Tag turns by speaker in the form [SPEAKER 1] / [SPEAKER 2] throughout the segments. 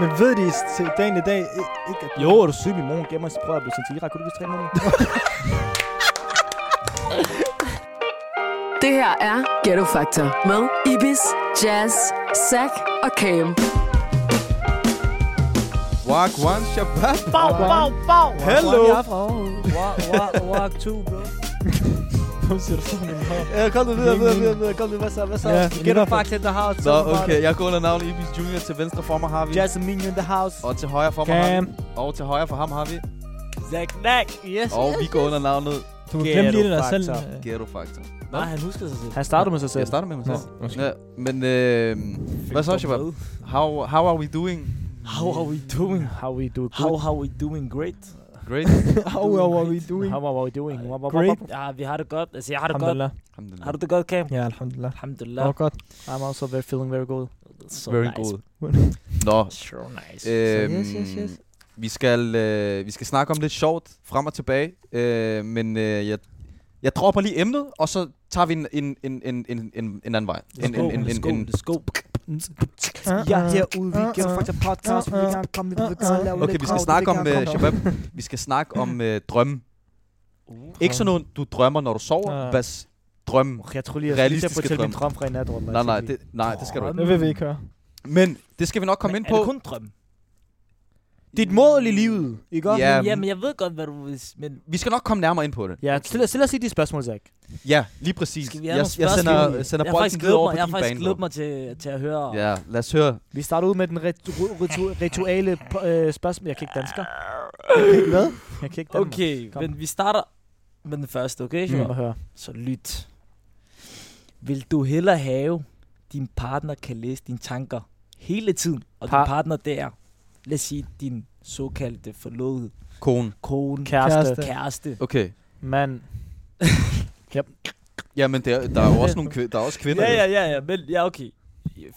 [SPEAKER 1] Men ved de til dagen i dag i- ikke, at...
[SPEAKER 2] Jo, er du syg, min mor hun gemmer sig prøver at blive sendt til Irak. Kunne du ikke huske tre måneder?
[SPEAKER 3] Det her er Ghetto Factor med Ibis, Jazz, Zack og Cam.
[SPEAKER 4] Wagwan Shabab.
[SPEAKER 5] Bag, bag, bag.
[SPEAKER 4] Hello.
[SPEAKER 2] Jeg er fra Aarhus.
[SPEAKER 5] Walk, walk, walk to, bro.
[SPEAKER 2] Nu siger du sådan en hår.
[SPEAKER 5] Ja, kom nu videre, videre, videre, videre. Kom nu, hvad så, hvad så?
[SPEAKER 2] Ja, men i
[SPEAKER 5] Get the
[SPEAKER 2] hvert fald-
[SPEAKER 5] fuck in the house.
[SPEAKER 4] Nå,
[SPEAKER 5] tell me about
[SPEAKER 4] okay.
[SPEAKER 5] it.
[SPEAKER 4] Jeg går under navnet Ibis Junior. Til venstre for mig har vi.
[SPEAKER 5] Jasmine in the house.
[SPEAKER 4] Og til højre for mig har
[SPEAKER 2] Cam.
[SPEAKER 4] vi. Og til højre for ham har vi.
[SPEAKER 5] Zack Nack. Yes.
[SPEAKER 4] Og vi går under navnet
[SPEAKER 6] Du kan glemme lige det der
[SPEAKER 5] Ghetto
[SPEAKER 6] selv.
[SPEAKER 5] factor.
[SPEAKER 6] øh.
[SPEAKER 4] Ghetto Factor.
[SPEAKER 5] Nej, Ah, han husker sig selv.
[SPEAKER 2] Han starter med sig selv.
[SPEAKER 4] Jeg starter med mig
[SPEAKER 6] Nå,
[SPEAKER 4] selv.
[SPEAKER 6] undskyld.
[SPEAKER 4] Ja, men øh, hvad så, Shabab? How, how are we doing?
[SPEAKER 5] How are we doing?
[SPEAKER 2] How we do good.
[SPEAKER 5] How are we doing great?
[SPEAKER 4] Great.
[SPEAKER 1] How are we doing?
[SPEAKER 2] How are we doing? How are we
[SPEAKER 6] Great.
[SPEAKER 2] doing?
[SPEAKER 5] Ja, vi har det godt. Altså, jeg har det godt.
[SPEAKER 6] Alhamdulillah.
[SPEAKER 4] Alhamdulillah.
[SPEAKER 5] Har du det godt, Cam?
[SPEAKER 6] Ja, alhamdulillah.
[SPEAKER 5] Alhamdulillah.
[SPEAKER 6] Det var godt.
[SPEAKER 2] I'm also very feeling very good.
[SPEAKER 5] So
[SPEAKER 4] Very
[SPEAKER 5] nice.
[SPEAKER 4] good. Nå,
[SPEAKER 5] Sure nice.
[SPEAKER 4] øhm, vi, skal, øh, vi skal snakke om lidt sjovt frem og tilbage, øh, men øh, jeg, jeg dropper lige emnet, og så tager vi en, en, en, en, en, en en anden vej. En, en, en, en, en.
[SPEAKER 5] Let's go.
[SPEAKER 1] Ja, herude, vi
[SPEAKER 6] Ah,
[SPEAKER 1] giver
[SPEAKER 6] ah.
[SPEAKER 1] faktisk podcast, vi vil gerne komme lidt, vi vil gerne lave
[SPEAKER 4] Okay,
[SPEAKER 1] lidt
[SPEAKER 4] vi skal
[SPEAKER 1] krav,
[SPEAKER 4] snakke
[SPEAKER 1] vil
[SPEAKER 4] om,
[SPEAKER 1] gerne
[SPEAKER 4] øh,
[SPEAKER 1] komme
[SPEAKER 4] Shabab, vi skal snakke om øh, drømme. Ikke sådan noget, du drømmer, når du sover,
[SPEAKER 6] Ja.
[SPEAKER 4] bas drømme.
[SPEAKER 6] ah.
[SPEAKER 2] Jeg tror lige, jeg skal lige til at
[SPEAKER 4] Realistiske
[SPEAKER 2] fortælle min
[SPEAKER 4] drømme.
[SPEAKER 2] drøm fra i nat. Wallah.
[SPEAKER 4] Nej, nej, det, nej, det skal du ikke.
[SPEAKER 6] Det vil vi ikke høre.
[SPEAKER 4] Men det skal vi nok komme ind
[SPEAKER 5] Er det
[SPEAKER 4] på.
[SPEAKER 5] kun drøm?
[SPEAKER 2] Dit mål i livet, ikke?
[SPEAKER 4] Ja.
[SPEAKER 5] Ja, Jamen, jeg ved godt, hvad du vil... s- Men
[SPEAKER 4] Vi skal nok komme nærmere ind på det.
[SPEAKER 2] Ja, stil, stil os lige de spørgsmål, Zach.
[SPEAKER 4] Ja, lige præcis.
[SPEAKER 5] skal
[SPEAKER 4] Jeg,
[SPEAKER 5] vi have
[SPEAKER 4] jeg
[SPEAKER 5] nogle spørgsmål?
[SPEAKER 4] sender, sender
[SPEAKER 5] jeg har faktisk
[SPEAKER 4] bolden videre
[SPEAKER 5] glædet
[SPEAKER 4] over
[SPEAKER 5] mig,
[SPEAKER 4] på
[SPEAKER 5] jeg har
[SPEAKER 4] din
[SPEAKER 5] faktisk
[SPEAKER 4] bane.
[SPEAKER 5] glædet
[SPEAKER 4] Lord.
[SPEAKER 5] mig til, til at høre...
[SPEAKER 4] Ja, lad os høre.
[SPEAKER 2] Vi starter ud med den rit- ru- ritu- rituale p- øh, spørgsmål. Jeg kan ikke dansker. Hvad? Jeg kan ikke dansker.
[SPEAKER 5] Okay,
[SPEAKER 2] Kom.
[SPEAKER 5] men vi starter med den første, okay?
[SPEAKER 2] Lad
[SPEAKER 5] Mm.
[SPEAKER 2] mig høre.
[SPEAKER 5] Så lyt. Vil du hellere have, din partner kan læse dine tanker hele tiden, og
[SPEAKER 2] Par-
[SPEAKER 5] din partner der, lad os sige, din såkaldte forlovede
[SPEAKER 4] Kone.
[SPEAKER 5] kone,
[SPEAKER 2] Kæreste.
[SPEAKER 6] Kæreste.
[SPEAKER 5] kæreste,
[SPEAKER 4] Okay.
[SPEAKER 2] Mand.
[SPEAKER 4] Jamen, der, der er jo også nogle kvinder. Der er også kvinder.
[SPEAKER 5] Ja,
[SPEAKER 4] jo.
[SPEAKER 5] ja, ja, ja, men ja, okay.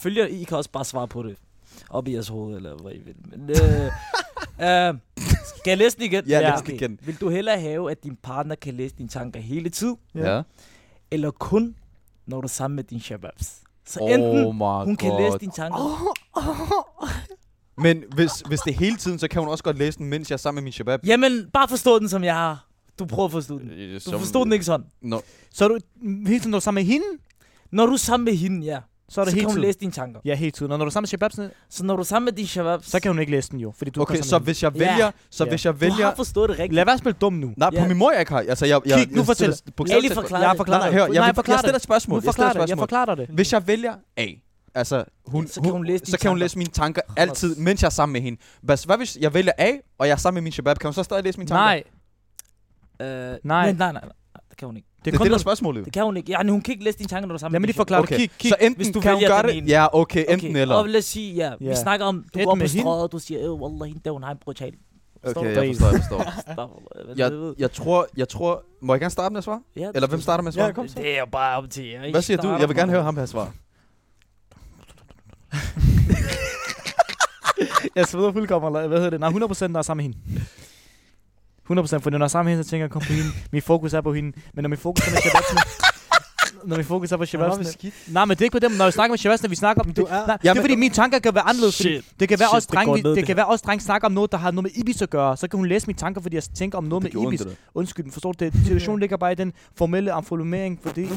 [SPEAKER 5] Følger, I kan også bare svare på det. Op i jeres hoved, eller hvad I vil. Men, øh, øh, skal jeg læse den igen?
[SPEAKER 4] Ja, læs den igen.
[SPEAKER 5] Vil du hellere have, at din partner kan læse dine tanker hele tiden,
[SPEAKER 4] ja.
[SPEAKER 5] eller kun, når du er sammen med din shababs? Så oh,
[SPEAKER 4] Oh
[SPEAKER 5] enten,
[SPEAKER 4] my
[SPEAKER 5] hun kan
[SPEAKER 4] God.
[SPEAKER 5] læse dine tanker. Oh,
[SPEAKER 4] Men hvis, hvis det er hele tiden, så kan hun også godt læse den, mens jeg er sammen med min shabab. Øh,
[SPEAKER 5] jamen, bare forstå den, som jeg har. Du prøver at forstå den. Du forstod den ikke sådan.
[SPEAKER 4] No.
[SPEAKER 2] Så er du hele tiden, når du er sammen med hende,
[SPEAKER 5] Når du er sammen med hende, ja,
[SPEAKER 2] så
[SPEAKER 5] så
[SPEAKER 2] er det
[SPEAKER 5] kan
[SPEAKER 2] hele
[SPEAKER 5] hun
[SPEAKER 2] tiden.
[SPEAKER 5] læse dine tanker.
[SPEAKER 2] Ja, hele tiden. Og når du er sammen med Shababsen,
[SPEAKER 5] Så når du er sammen med din shababs,
[SPEAKER 2] så kan hun ikke læse den jo. Fordi du
[SPEAKER 4] Okay,
[SPEAKER 2] er
[SPEAKER 4] så
[SPEAKER 2] sammen med
[SPEAKER 4] hvis jeg
[SPEAKER 5] Ja.
[SPEAKER 4] vælger... Så
[SPEAKER 2] Ja.
[SPEAKER 4] hvis jeg
[SPEAKER 5] du
[SPEAKER 4] vælger...
[SPEAKER 5] har forstået det
[SPEAKER 2] hende.
[SPEAKER 5] rigtigt.
[SPEAKER 2] Lad være at spille dum nu.
[SPEAKER 4] Nej, på
[SPEAKER 5] Ja.
[SPEAKER 4] min mor, jeg ikke har. Altså, jeg, jeg,
[SPEAKER 2] Kig, nu
[SPEAKER 4] jeg
[SPEAKER 2] fortæl.
[SPEAKER 4] bogstaveligt
[SPEAKER 5] Ali,
[SPEAKER 4] talt-
[SPEAKER 5] forklar
[SPEAKER 4] Jeg
[SPEAKER 5] det.
[SPEAKER 4] forklarer
[SPEAKER 2] Nej,
[SPEAKER 4] dig. Hør, jeg,
[SPEAKER 2] nej,
[SPEAKER 4] jeg,
[SPEAKER 2] forklar
[SPEAKER 4] jeg stiller et spørgsmål.
[SPEAKER 2] Nu
[SPEAKER 4] Jeg stiller
[SPEAKER 2] forklarer
[SPEAKER 4] et
[SPEAKER 2] det. Jeg
[SPEAKER 4] spørgsmål.
[SPEAKER 2] forklarer dig det.
[SPEAKER 4] Hvis jeg vælger A, altså hun,
[SPEAKER 5] Så kan hun læse dine
[SPEAKER 4] så kan hun
[SPEAKER 5] tanker.
[SPEAKER 4] læse mine tanker altid, mens jeg er sammen med hende. Bas, hvad hvis jeg vælger A, og jeg er sammen med min shabab? Kan hun så stadig læse mine tanker?
[SPEAKER 2] Nej,
[SPEAKER 5] Øh,
[SPEAKER 2] Nej.
[SPEAKER 5] nej, nej, nej, nej, det kan hun ikke.
[SPEAKER 2] det
[SPEAKER 4] Det
[SPEAKER 2] er
[SPEAKER 4] er
[SPEAKER 2] kun
[SPEAKER 4] det, der er
[SPEAKER 2] når
[SPEAKER 4] spørgsmålet. jo.
[SPEAKER 5] Det kan hun ikke. Ja, hun kan ikke læse dine tanker, når du er sammen
[SPEAKER 2] Lad mig
[SPEAKER 5] med
[SPEAKER 2] lige
[SPEAKER 5] din
[SPEAKER 2] forklare det.
[SPEAKER 4] Okay,
[SPEAKER 2] Kig, kig.
[SPEAKER 4] så enten
[SPEAKER 5] Hvis du
[SPEAKER 4] kan hun
[SPEAKER 5] vælger
[SPEAKER 4] gøre
[SPEAKER 5] den
[SPEAKER 4] det...
[SPEAKER 5] ene.
[SPEAKER 4] Ja, okay, enten
[SPEAKER 5] okay.
[SPEAKER 4] eller.
[SPEAKER 5] Og lad os sige, ja, yeah. vi
[SPEAKER 2] Ja.
[SPEAKER 5] snakker om, du
[SPEAKER 2] Enten
[SPEAKER 5] går på
[SPEAKER 2] med hende.
[SPEAKER 5] strøget, og du siger, øh, wallah, hende der, hun har en brutal. Forstår
[SPEAKER 4] Okay,
[SPEAKER 5] du?
[SPEAKER 4] jeg forstår, jeg forstår.
[SPEAKER 5] Altså, Ja,
[SPEAKER 4] Jeg, jeg tror, jeg tror... Må jeg gerne starte med at svare?
[SPEAKER 5] ja,
[SPEAKER 4] Eller hvem starter med at svare?
[SPEAKER 2] kom så.
[SPEAKER 5] Det er jo bare op til jer. I
[SPEAKER 4] Hvad siger du?
[SPEAKER 5] starter
[SPEAKER 4] Jeg vil gerne
[SPEAKER 5] bare.
[SPEAKER 4] høre ham her svare.
[SPEAKER 2] Jeg sveder fuldkommen, eller hvad hedder det? Nej, 100% når jeg er sammen med hende. 100% for når jeg er sammen med hende, så tænker jeg, kom på hende. Min fokus er på hende. Men når min fokus er på shababsene... når min fokus er på shababsene... Nej, men det er ikke på dem. Når vi snakker med shababsene, vi snakker om... Det,
[SPEAKER 1] Du
[SPEAKER 2] nej,
[SPEAKER 1] er-
[SPEAKER 2] det er fordi, mine tanker kan være anderledes. fordi
[SPEAKER 5] Shit.
[SPEAKER 2] Det kan være
[SPEAKER 5] Shit,
[SPEAKER 2] også
[SPEAKER 5] det går
[SPEAKER 2] drenge,
[SPEAKER 5] ned,
[SPEAKER 2] det, det
[SPEAKER 5] det
[SPEAKER 2] kan være også drenge snakker om noget, der har noget med Ibis at gøre. Så kan hun læse mine tanker, fordi jeg tænker om noget
[SPEAKER 4] Det
[SPEAKER 2] med
[SPEAKER 4] gjorde ondt,
[SPEAKER 2] Ibis.
[SPEAKER 4] det
[SPEAKER 2] Undskyld, forstår du det? Situationen ligger bare i den formelle amfolumering, fordi...
[SPEAKER 4] der.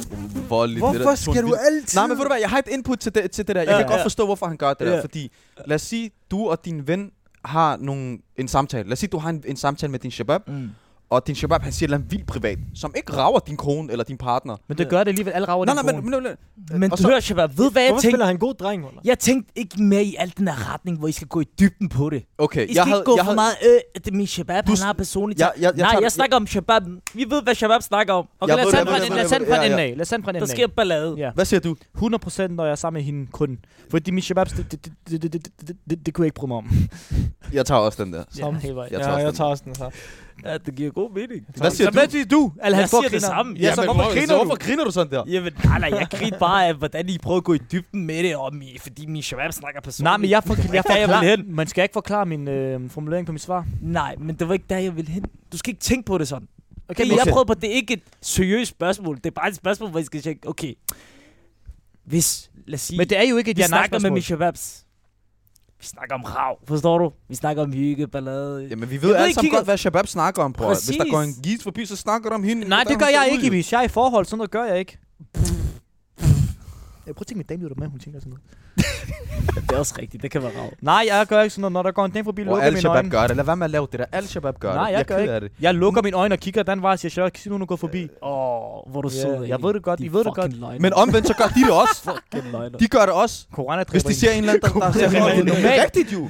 [SPEAKER 4] Voldeligt, det
[SPEAKER 1] Hvorfor
[SPEAKER 4] der. Det tog en
[SPEAKER 1] skal du
[SPEAKER 4] vild-
[SPEAKER 1] altid...
[SPEAKER 4] Nej, men ved du hvad, jeg har et input til det, til det der. Jeg
[SPEAKER 2] Ja,
[SPEAKER 4] kan godt
[SPEAKER 2] ja.
[SPEAKER 4] forstå, hvorfor han gør det der.
[SPEAKER 2] Ja.
[SPEAKER 4] Fordi, lad os sige, du og din ven har nogle, en samtale. Lad os sige, du har en, en samtale med din shabab,
[SPEAKER 5] Mm.
[SPEAKER 4] og din shabab, han siger et eller andet vildt privat, som ikke rager din kone eller din partner.
[SPEAKER 2] Men det gør det alligevel. Alle rager
[SPEAKER 4] Nej,
[SPEAKER 2] den
[SPEAKER 4] nej,
[SPEAKER 2] kone.
[SPEAKER 4] men, men, men,
[SPEAKER 5] Men
[SPEAKER 4] Øh, Og
[SPEAKER 5] du
[SPEAKER 4] så-
[SPEAKER 5] hører, Shabab, ved hvad jeg
[SPEAKER 6] Hvorfor
[SPEAKER 5] tænkte?
[SPEAKER 6] spiller han en god dreng, Wallah?
[SPEAKER 5] Jeg tænkte ikke mere i al den her retning, hvor I skal gå i dybden på det.
[SPEAKER 4] okay,
[SPEAKER 5] I
[SPEAKER 4] jeg
[SPEAKER 5] skal
[SPEAKER 4] havde,
[SPEAKER 5] ikke gå
[SPEAKER 4] jeg
[SPEAKER 5] for
[SPEAKER 4] havde,
[SPEAKER 5] meget, øh, det er min Shabab,
[SPEAKER 4] Du
[SPEAKER 5] han
[SPEAKER 4] s-
[SPEAKER 5] har personligt...
[SPEAKER 4] Jeg, jeg, jeg
[SPEAKER 5] Nej,
[SPEAKER 4] tager-
[SPEAKER 5] jeg snakker om Shabab. Vi ved, hvad Shabab snakker om.
[SPEAKER 2] Okay, lad os
[SPEAKER 4] ved
[SPEAKER 2] tage
[SPEAKER 4] det,
[SPEAKER 2] den fra
[SPEAKER 4] jeg ved det,
[SPEAKER 2] den- lad os
[SPEAKER 4] jeg
[SPEAKER 2] tage den
[SPEAKER 4] ved
[SPEAKER 2] fra
[SPEAKER 4] det.
[SPEAKER 2] den
[SPEAKER 4] Ja,
[SPEAKER 2] af. Lad os tage den fra den
[SPEAKER 5] Der
[SPEAKER 2] af.
[SPEAKER 5] sker ballade.
[SPEAKER 2] Ja.
[SPEAKER 4] Hvad siger du?
[SPEAKER 2] 100% når jeg er sammen med hende kun. Fordi min shababs, det, det, det, det, det, det, det, det kunne jeg ikke bryde mig om.
[SPEAKER 4] Jeg tager også den der.
[SPEAKER 6] Samme.
[SPEAKER 2] hele vejen.
[SPEAKER 4] Jeg
[SPEAKER 6] Jeg
[SPEAKER 4] tager
[SPEAKER 6] tager,
[SPEAKER 4] også
[SPEAKER 6] ja, jeg
[SPEAKER 4] den.
[SPEAKER 6] tager også den
[SPEAKER 2] altså.
[SPEAKER 6] her.
[SPEAKER 5] Ja, det giver god mening.
[SPEAKER 4] Hvad siger
[SPEAKER 2] Så
[SPEAKER 4] du?
[SPEAKER 2] hvad siger du? Al
[SPEAKER 5] Jeg siger det samme.
[SPEAKER 2] Ja, så hvorfor griner du?
[SPEAKER 4] hvorfor griner du sådan der?
[SPEAKER 5] Jamen, nej, nej, jeg griner bare af, hvordan I prøver at gå i dybden med det, og mi, fordi min shabab snakker personligt.
[SPEAKER 2] Nej, men jeg, for, jeg
[SPEAKER 5] der, jeg vil
[SPEAKER 2] forklarer,
[SPEAKER 5] hen.
[SPEAKER 2] man skal ikke forklare min øh, formulering på mit svar.
[SPEAKER 5] Nej, men det var ikke der, jeg ville hen. Du skal ikke tænke på det sådan. Okay, det,
[SPEAKER 4] men-
[SPEAKER 5] jeg
[SPEAKER 4] okay.
[SPEAKER 5] prøvede på, det er ikke et seriøst spørgsmål. Det er bare et spørgsmål, hvor I skal tjekke, okay, hvis, lad os sige,
[SPEAKER 2] Men det er jo ikke et
[SPEAKER 5] vi
[SPEAKER 2] ja nej
[SPEAKER 5] snakker med
[SPEAKER 2] spørgsmål.
[SPEAKER 5] min shababs. Vi snakker om rav, forstår du? Vi snakker om hygge, ballade.
[SPEAKER 4] Jamen, vi ved
[SPEAKER 5] Jeg ved
[SPEAKER 4] alle
[SPEAKER 5] ikke,
[SPEAKER 4] sammen
[SPEAKER 5] kigger-
[SPEAKER 4] godt, hvad Shabab snakker om, bror. Hvis der
[SPEAKER 5] Præcis.
[SPEAKER 4] går en git forbi, så snakker du om hende.
[SPEAKER 2] Nej,
[SPEAKER 4] Der
[SPEAKER 2] det
[SPEAKER 4] er
[SPEAKER 2] gør
[SPEAKER 4] hun så
[SPEAKER 2] jeg
[SPEAKER 4] ude,
[SPEAKER 2] ikke,
[SPEAKER 4] jo.
[SPEAKER 2] Ibis. Jeg er i forhold, sådan noget gør jeg ikke. Jeg prøver at tænke, min dame lytter med, hun tænker sådan noget.
[SPEAKER 5] Det er også rigtigt, det kan være rav.
[SPEAKER 2] Nej, jeg gør ikke sådan noget. Når der går en dame forbi,
[SPEAKER 4] Og
[SPEAKER 2] lukker jeg
[SPEAKER 4] al
[SPEAKER 2] mine øjne.
[SPEAKER 4] Shabab gør det. Lad være med at lave det der. Al Shabab gør Øh,
[SPEAKER 2] Nej,
[SPEAKER 4] det.
[SPEAKER 2] jeg
[SPEAKER 4] jeg
[SPEAKER 2] gør
[SPEAKER 4] er ked
[SPEAKER 2] ikke.
[SPEAKER 4] af det.
[SPEAKER 2] Jeg lukker mine øjne og kigger den vej, og siger, Sherlock, sig nu, hun er gået forbi.
[SPEAKER 5] Åh, oh, hvor du
[SPEAKER 2] Ja,
[SPEAKER 5] yeah, sød.
[SPEAKER 2] jeg ved det godt, I ved det godt.
[SPEAKER 4] Men omvendt, så gør de det også.
[SPEAKER 5] Fucking løgner.
[SPEAKER 4] De gør det også.
[SPEAKER 2] Corona
[SPEAKER 4] Hvis de ser en eller anden, der, der ser
[SPEAKER 2] Corona-
[SPEAKER 4] sådan ud. Det er rigtigt, jo.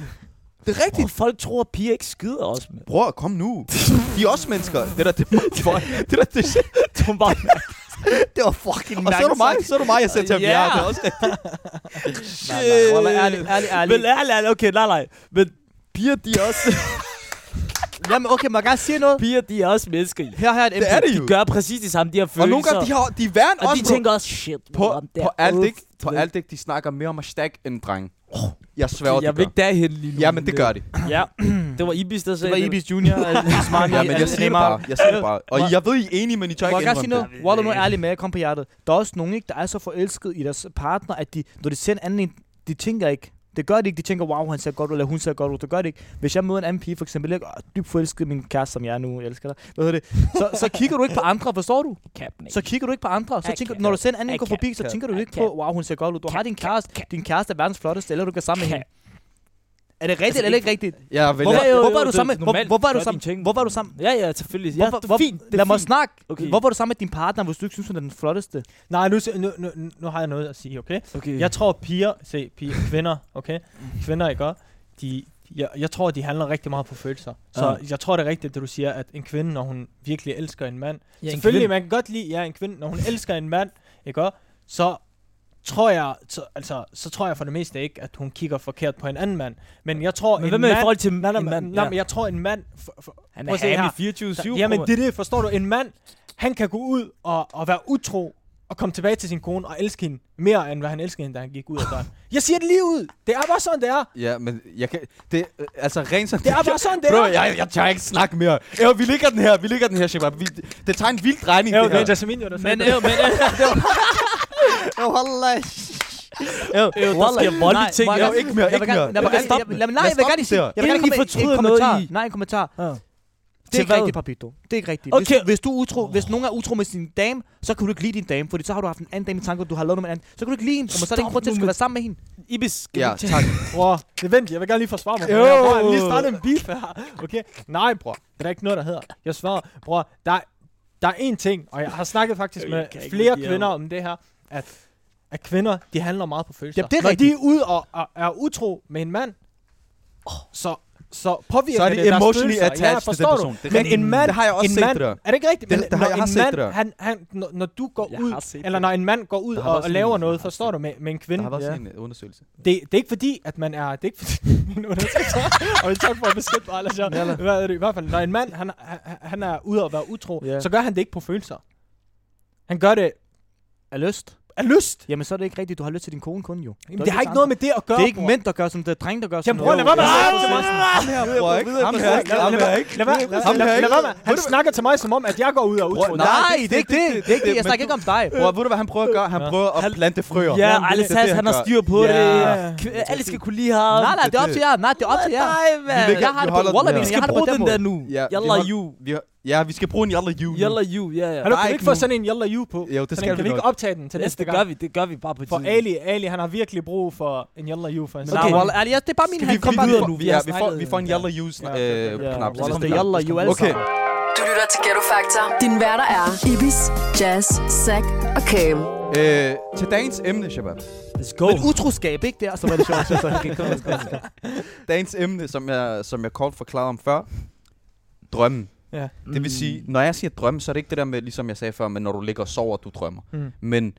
[SPEAKER 4] Det er
[SPEAKER 5] Bror,
[SPEAKER 4] rigtigt.
[SPEAKER 5] folk tror, at piger ikke skider også, men
[SPEAKER 4] Bror, kom nu. De er også mennesker. Det der, det, det der, det,
[SPEAKER 5] hun bare...
[SPEAKER 4] det var fucking Og så er du mig, så er du mig, jeg selv til at
[SPEAKER 5] Ja.
[SPEAKER 4] yeah. det er også
[SPEAKER 2] Nej, nej, wallah, ærlig, ærlig, ærlig.
[SPEAKER 5] Men ærligt, ærligt, okay, nej, nej. Men piger, de er også,
[SPEAKER 2] Jamen, okay, må jeg gerne sige noget?
[SPEAKER 5] piger, de er også mennesker.
[SPEAKER 2] Her, her er et
[SPEAKER 4] Det er
[SPEAKER 2] input.
[SPEAKER 4] det jo.
[SPEAKER 5] De gør præcis det samme, de har følelser.
[SPEAKER 4] Og nogle gange, de, har, de er værre end
[SPEAKER 5] og
[SPEAKER 4] os,
[SPEAKER 5] de
[SPEAKER 4] bro.
[SPEAKER 5] tænker også, shit,
[SPEAKER 4] På,
[SPEAKER 5] mor, det
[SPEAKER 4] på
[SPEAKER 5] er
[SPEAKER 4] alt
[SPEAKER 5] uff,
[SPEAKER 4] ikke, på
[SPEAKER 5] ved.
[SPEAKER 4] alt ikke, de snakker mere om hashtag end dreng. Jeg sværger,
[SPEAKER 5] Okay, jeg
[SPEAKER 4] det
[SPEAKER 5] vil
[SPEAKER 4] gør.
[SPEAKER 5] ikke derhen lige nu.
[SPEAKER 4] Ja, men det gør de.
[SPEAKER 5] Ja, det var Ibis, der
[SPEAKER 2] Det
[SPEAKER 5] sagde
[SPEAKER 2] var Ibis Junior, øh, Smart,
[SPEAKER 4] Ja, men jeg siger det bare. Jeg siger det bare. Og jeg ved, I er enige, men I tør
[SPEAKER 2] Må jeg
[SPEAKER 4] ikke
[SPEAKER 2] gerne sige
[SPEAKER 4] indrømme
[SPEAKER 2] noget?
[SPEAKER 4] det.
[SPEAKER 2] Wallah, nu er jeg ærlig med, jeg kom på hjertet. Der er også nogen, ikke, der er så forelsket i deres partner, at de, når de ser en anden, en, de tænker ikke. Det gør de ikke. De tænker, wow, han ser godt ud, eller hun ser godt ud. Det gør de ikke. Hvis jeg møder en anden pige, for eksempel, ikke, "Åh, dybt forelsket i min kæreste, som jeg er nu, jeg elsker dig. Hvad hedder det? Så, så kigger du ikke på andre, forstår du? Så kigger du ikke på andre. Så
[SPEAKER 5] Jeg
[SPEAKER 2] tænker,
[SPEAKER 5] kan-
[SPEAKER 2] når du ser en anden
[SPEAKER 5] jeg
[SPEAKER 2] gå
[SPEAKER 5] kan-
[SPEAKER 2] forbi, så tænker du
[SPEAKER 5] jeg
[SPEAKER 2] ikke
[SPEAKER 5] kan-
[SPEAKER 2] på, wow, hun ser godt ud. Du har din kæreste.
[SPEAKER 5] kan-
[SPEAKER 2] Din kæreste er verdens flotteste, eller du går sammen med
[SPEAKER 5] Kan-
[SPEAKER 2] hende. Er det
[SPEAKER 6] Altså,
[SPEAKER 2] rigtigt eller ikke rigtigt?
[SPEAKER 4] Jeg vælger...
[SPEAKER 2] Hvorfor,
[SPEAKER 5] jo, jo,
[SPEAKER 2] hvorfor er
[SPEAKER 5] det
[SPEAKER 2] du
[SPEAKER 5] er
[SPEAKER 2] sammen? med- hvor-
[SPEAKER 5] normalt.
[SPEAKER 2] Hvorfor
[SPEAKER 5] Gør
[SPEAKER 2] er du
[SPEAKER 5] dine
[SPEAKER 2] sammen?
[SPEAKER 5] ting.
[SPEAKER 2] Hvorfor er du sammen?
[SPEAKER 5] Ja, ja, selvfølgelig. Ja,
[SPEAKER 2] Hvorfor,
[SPEAKER 5] det
[SPEAKER 2] hvor,
[SPEAKER 5] er fint. Det er
[SPEAKER 2] lad mig
[SPEAKER 5] fint.
[SPEAKER 2] snakke.
[SPEAKER 5] Okay.
[SPEAKER 2] Hvorfor er du sammen med din partner, hvis du ikke synes, hun er den flotteste?
[SPEAKER 6] Nej, nu, se- nu, nu, nu har jeg noget at sige, okay?
[SPEAKER 5] Okay.
[SPEAKER 6] Jeg tror piger, se, piger, kvinder, okay? Kvinder, ikke også? De, jeg, jeg tror, de handler rigtig meget på følelser. Så
[SPEAKER 2] Ja.
[SPEAKER 6] jeg tror, det er rigtigt, det du siger, at en kvinde, når hun virkelig elsker en mand...
[SPEAKER 5] Ja, en
[SPEAKER 6] selvfølgelig,
[SPEAKER 5] kvinde.
[SPEAKER 6] man kan godt lide, ja, en kvinde, når hun elsker en mand, ikke også? Så tror jeg, så, altså, så tror jeg for det meste ikke, at hun kigger forkert på en anden mand. Men jeg tror,
[SPEAKER 5] Men
[SPEAKER 6] en
[SPEAKER 5] hvad med i
[SPEAKER 6] mand...
[SPEAKER 5] forhold til en
[SPEAKER 6] Nej, nej,
[SPEAKER 5] mand?
[SPEAKER 6] nej, men jeg tror, en mand... For, for,
[SPEAKER 5] Han
[SPEAKER 6] Prøv
[SPEAKER 5] er
[SPEAKER 6] at se her.
[SPEAKER 5] ham i 24-7.
[SPEAKER 6] Jamen
[SPEAKER 5] bror.
[SPEAKER 6] det er det, forstår du? En mand, han kan gå ud og, og være utro og komme tilbage til sin kone og elske hende mere, end hvad han elskede hende, da han gik ud af døren. Jeg siger det lige ud. Det er bare sådan, det er.
[SPEAKER 4] Ja, men jeg kan... Det, øh, altså, rent sådan...
[SPEAKER 6] Det er bare sådan, det
[SPEAKER 4] Bro,
[SPEAKER 6] er.
[SPEAKER 4] jeg, jeg tør ikke snakke mere. Ja, vi ligger den her, vi ligger den her, Shabab. Vi, det tager en vild drejning, det her.
[SPEAKER 6] Jasmin, jo, der
[SPEAKER 5] Men, øh, men, øh,
[SPEAKER 4] Øv, wallah.
[SPEAKER 5] øh, der sker voldelige ting.
[SPEAKER 2] må jeg
[SPEAKER 5] ja.
[SPEAKER 4] Jo, ikke mere,
[SPEAKER 2] Jeg
[SPEAKER 4] ikke
[SPEAKER 2] vil gerne,
[SPEAKER 4] mere.
[SPEAKER 2] jeg vil
[SPEAKER 5] Lad
[SPEAKER 2] gerne,
[SPEAKER 5] os stoppe
[SPEAKER 2] jeg, lad,
[SPEAKER 4] Lad
[SPEAKER 2] nej, jeg vil
[SPEAKER 4] os stoppe
[SPEAKER 2] gerne sige,
[SPEAKER 4] der.
[SPEAKER 2] jeg vil gerne
[SPEAKER 5] Inden I
[SPEAKER 2] komme med en-
[SPEAKER 5] fortryder
[SPEAKER 2] en
[SPEAKER 5] noget,
[SPEAKER 2] kommentar.
[SPEAKER 5] I-
[SPEAKER 2] Nej, en kommentar.
[SPEAKER 5] Ja.
[SPEAKER 2] Det er ikke
[SPEAKER 5] hvad?
[SPEAKER 2] rigtigt, Papito. Det er ikke rigtigt. Hvis,
[SPEAKER 5] Okay.
[SPEAKER 2] du, hvis du er utro, hvis nogen er utro med sin dame, så kan du ikke lide din dame, fordi så har du haft en anden dame i tanke, du har lavet noget med en anden. Så kan du ikke lide hende, og så er det ikke
[SPEAKER 5] Stop
[SPEAKER 2] grund til, at
[SPEAKER 5] nu
[SPEAKER 2] du skal
[SPEAKER 5] med-
[SPEAKER 2] være sammen med hende.
[SPEAKER 5] Ibis, skal
[SPEAKER 4] Ja,
[SPEAKER 5] vi tage-
[SPEAKER 4] tak.
[SPEAKER 6] Bror, det vent, jeg vil gerne lige forsvare mig.
[SPEAKER 4] Jo.
[SPEAKER 6] Jeg har lige startet en beef her. Okay? Nej, bror. Det er der ikke noget, der hedder. Jeg svarer, bror, der, er- der er én ting, og jeg har snakket faktisk
[SPEAKER 5] Jeg
[SPEAKER 6] med
[SPEAKER 5] kan ikke
[SPEAKER 6] flere
[SPEAKER 5] lide
[SPEAKER 6] kvinder
[SPEAKER 5] jer.
[SPEAKER 6] om det her, at, at kvinder, de handler meget på følelser.
[SPEAKER 2] Jamen, det er
[SPEAKER 6] Når
[SPEAKER 2] rigtigt.
[SPEAKER 6] de er ude og, og er utro med en mand, så, så påvirker
[SPEAKER 4] Så er
[SPEAKER 6] det
[SPEAKER 4] de
[SPEAKER 6] deres
[SPEAKER 4] emotionally
[SPEAKER 6] følelser.
[SPEAKER 4] attached
[SPEAKER 6] ja,
[SPEAKER 4] til
[SPEAKER 6] forstår
[SPEAKER 4] den
[SPEAKER 6] du?
[SPEAKER 4] person. Det er
[SPEAKER 6] Men
[SPEAKER 4] rigtigt.
[SPEAKER 6] en mand,
[SPEAKER 4] Det har jeg også
[SPEAKER 6] en
[SPEAKER 4] set, det
[SPEAKER 6] mand,
[SPEAKER 4] der.
[SPEAKER 6] Er det ikke rigtigt?
[SPEAKER 4] Det-
[SPEAKER 6] Men
[SPEAKER 4] det har
[SPEAKER 6] når
[SPEAKER 4] jeg har
[SPEAKER 6] en
[SPEAKER 4] set,
[SPEAKER 6] mand,
[SPEAKER 4] det der.
[SPEAKER 6] Han, han, når, når du går
[SPEAKER 5] Jeg har
[SPEAKER 6] ud,
[SPEAKER 5] set
[SPEAKER 6] eller
[SPEAKER 5] det.
[SPEAKER 6] når en mand går ud
[SPEAKER 4] Der har
[SPEAKER 6] og,
[SPEAKER 4] været
[SPEAKER 6] og
[SPEAKER 4] sådan
[SPEAKER 6] laver
[SPEAKER 4] en-
[SPEAKER 6] noget, forstår du, med, med en
[SPEAKER 4] Der
[SPEAKER 6] kvinde,
[SPEAKER 4] har været
[SPEAKER 6] ja.
[SPEAKER 4] sådan en øh, undersøgelse.
[SPEAKER 6] Det, det er ikke fordi, at man er... Det er ikke fordi, min undersøgelse. og tak for at beskytte mig, ellers jeg, hvad er det, I hvert fald, når en mand, han, han, han er ude at være utro,
[SPEAKER 2] Ja.
[SPEAKER 6] yeah. så gør han det ikke på følelser. Han gør det
[SPEAKER 2] Er lyst?
[SPEAKER 6] af lyst.
[SPEAKER 2] Jamen, så er det ikke rigtigt, du har lyst til din kone kun, jo.
[SPEAKER 6] Jamen, det har ikke noget med det at gøre,
[SPEAKER 2] Det er ikke
[SPEAKER 6] bror.
[SPEAKER 2] mænd, der gør sådan, det er drenge, der gør sådan
[SPEAKER 6] Jamen, bror, lad være med at snakke til mig.
[SPEAKER 4] Bror, ikke? Ham her, ikke? Ham her, ikke?
[SPEAKER 6] Lad være-
[SPEAKER 4] Ham her,
[SPEAKER 6] lad-
[SPEAKER 4] ikke?
[SPEAKER 6] lad være med. Han snakker til mig som om, at jeg går ud og er utro.
[SPEAKER 4] Bror,
[SPEAKER 2] Nej, det er ikke det. Det er ikke det. Jeg
[SPEAKER 4] men
[SPEAKER 2] snakker
[SPEAKER 4] du-
[SPEAKER 2] ikke om dig.
[SPEAKER 4] Bror, ved du, hvad han prøver at gøre? Han prøver at plante frøer.
[SPEAKER 5] Ja,
[SPEAKER 4] Jamen, det-
[SPEAKER 5] Alice
[SPEAKER 4] det er det,
[SPEAKER 5] Hass, han har
[SPEAKER 4] gør.
[SPEAKER 5] styr på
[SPEAKER 4] Ja.
[SPEAKER 5] det. Kv- Alle skal kunne lide ham.
[SPEAKER 2] Nej, nej, det er op til jer. Nej, det er op til jer.
[SPEAKER 5] Nej, mand.
[SPEAKER 4] Vi vil-
[SPEAKER 2] Jeg har
[SPEAKER 4] vi
[SPEAKER 2] det på
[SPEAKER 4] holder den her.
[SPEAKER 2] Wallah,
[SPEAKER 5] Vi
[SPEAKER 2] men jeg
[SPEAKER 5] skal
[SPEAKER 2] har det på
[SPEAKER 5] bruge
[SPEAKER 2] den
[SPEAKER 5] den
[SPEAKER 2] måde.
[SPEAKER 5] der nu.
[SPEAKER 4] Ja, vi
[SPEAKER 5] Yalla
[SPEAKER 4] holder-
[SPEAKER 5] you.
[SPEAKER 4] Vi- Ja, vi skal bruge en Jalla You. nu.
[SPEAKER 5] Yalla you, ja, ja.
[SPEAKER 6] Hallo,
[SPEAKER 4] Der er
[SPEAKER 6] kan vi
[SPEAKER 4] ikke
[SPEAKER 6] ikke få
[SPEAKER 4] nogen-
[SPEAKER 6] sådan en Yalla You på?
[SPEAKER 4] Jo, det
[SPEAKER 6] Sådan
[SPEAKER 4] skal
[SPEAKER 6] en,
[SPEAKER 4] vi
[SPEAKER 6] kan vi
[SPEAKER 4] nok.
[SPEAKER 6] ikke optage den til
[SPEAKER 5] Yes,
[SPEAKER 6] næste
[SPEAKER 5] det gør
[SPEAKER 6] gang?
[SPEAKER 5] vi. Det gør vi bare på
[SPEAKER 6] For
[SPEAKER 5] tiden.
[SPEAKER 6] Ali, Ali, han har virkelig brug for en Yalla You for en
[SPEAKER 2] Okay.
[SPEAKER 6] sådan en.
[SPEAKER 2] Wallah, ærligt, ja, det er bare min
[SPEAKER 4] Vi,
[SPEAKER 2] hand. Kom
[SPEAKER 4] vi,
[SPEAKER 2] bare
[SPEAKER 4] vi,
[SPEAKER 2] videre nu.
[SPEAKER 4] vi,
[SPEAKER 5] Vi
[SPEAKER 4] ja,
[SPEAKER 5] har
[SPEAKER 4] vi, får,
[SPEAKER 5] snakket-
[SPEAKER 4] vi får en Jalla You-knap.
[SPEAKER 6] Ja, ja, ja.
[SPEAKER 2] Ja,
[SPEAKER 4] så
[SPEAKER 2] det
[SPEAKER 4] skal
[SPEAKER 2] er
[SPEAKER 4] vi-
[SPEAKER 2] Jalla You alle
[SPEAKER 6] altså.
[SPEAKER 4] Okay,
[SPEAKER 2] sammen.
[SPEAKER 3] Du lytter til Ghetto Factor. Din værter er Ibis, Jazz, Zack og Cam.
[SPEAKER 4] øh, til dagens emne, Shabab.
[SPEAKER 5] Let's go.
[SPEAKER 2] Men utroskab, ikke? Det er så var det sjovt. synes jeg.
[SPEAKER 4] Dagens emne, som jeg, som jeg kort forklarede om før. Drømmen.
[SPEAKER 6] Ja.
[SPEAKER 5] Mm.
[SPEAKER 4] Det vil sige, når jeg siger drømme, så er det ikke det der med, ligesom jeg sagde før, men når du ligger og sover, du drømmer.
[SPEAKER 6] Mm.
[SPEAKER 4] Men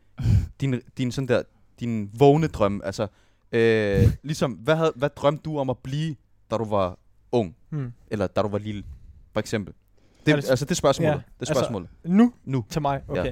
[SPEAKER 4] din, din sådan der, din vågne drøm, altså, øh, ligesom, hvad, havde, hvad drømte du om at blive, da du var ung?
[SPEAKER 6] Mm.
[SPEAKER 4] Eller da du var lille, for eksempel?
[SPEAKER 6] Er
[SPEAKER 4] Det,
[SPEAKER 6] det s-
[SPEAKER 4] altså, det er spørgsmålet.
[SPEAKER 6] Ja,
[SPEAKER 4] Ja, det er
[SPEAKER 6] altså-
[SPEAKER 4] spørgsmålet.
[SPEAKER 6] Nu?
[SPEAKER 4] Nu.
[SPEAKER 6] Til mig,
[SPEAKER 4] Ja.
[SPEAKER 6] okay. Ja.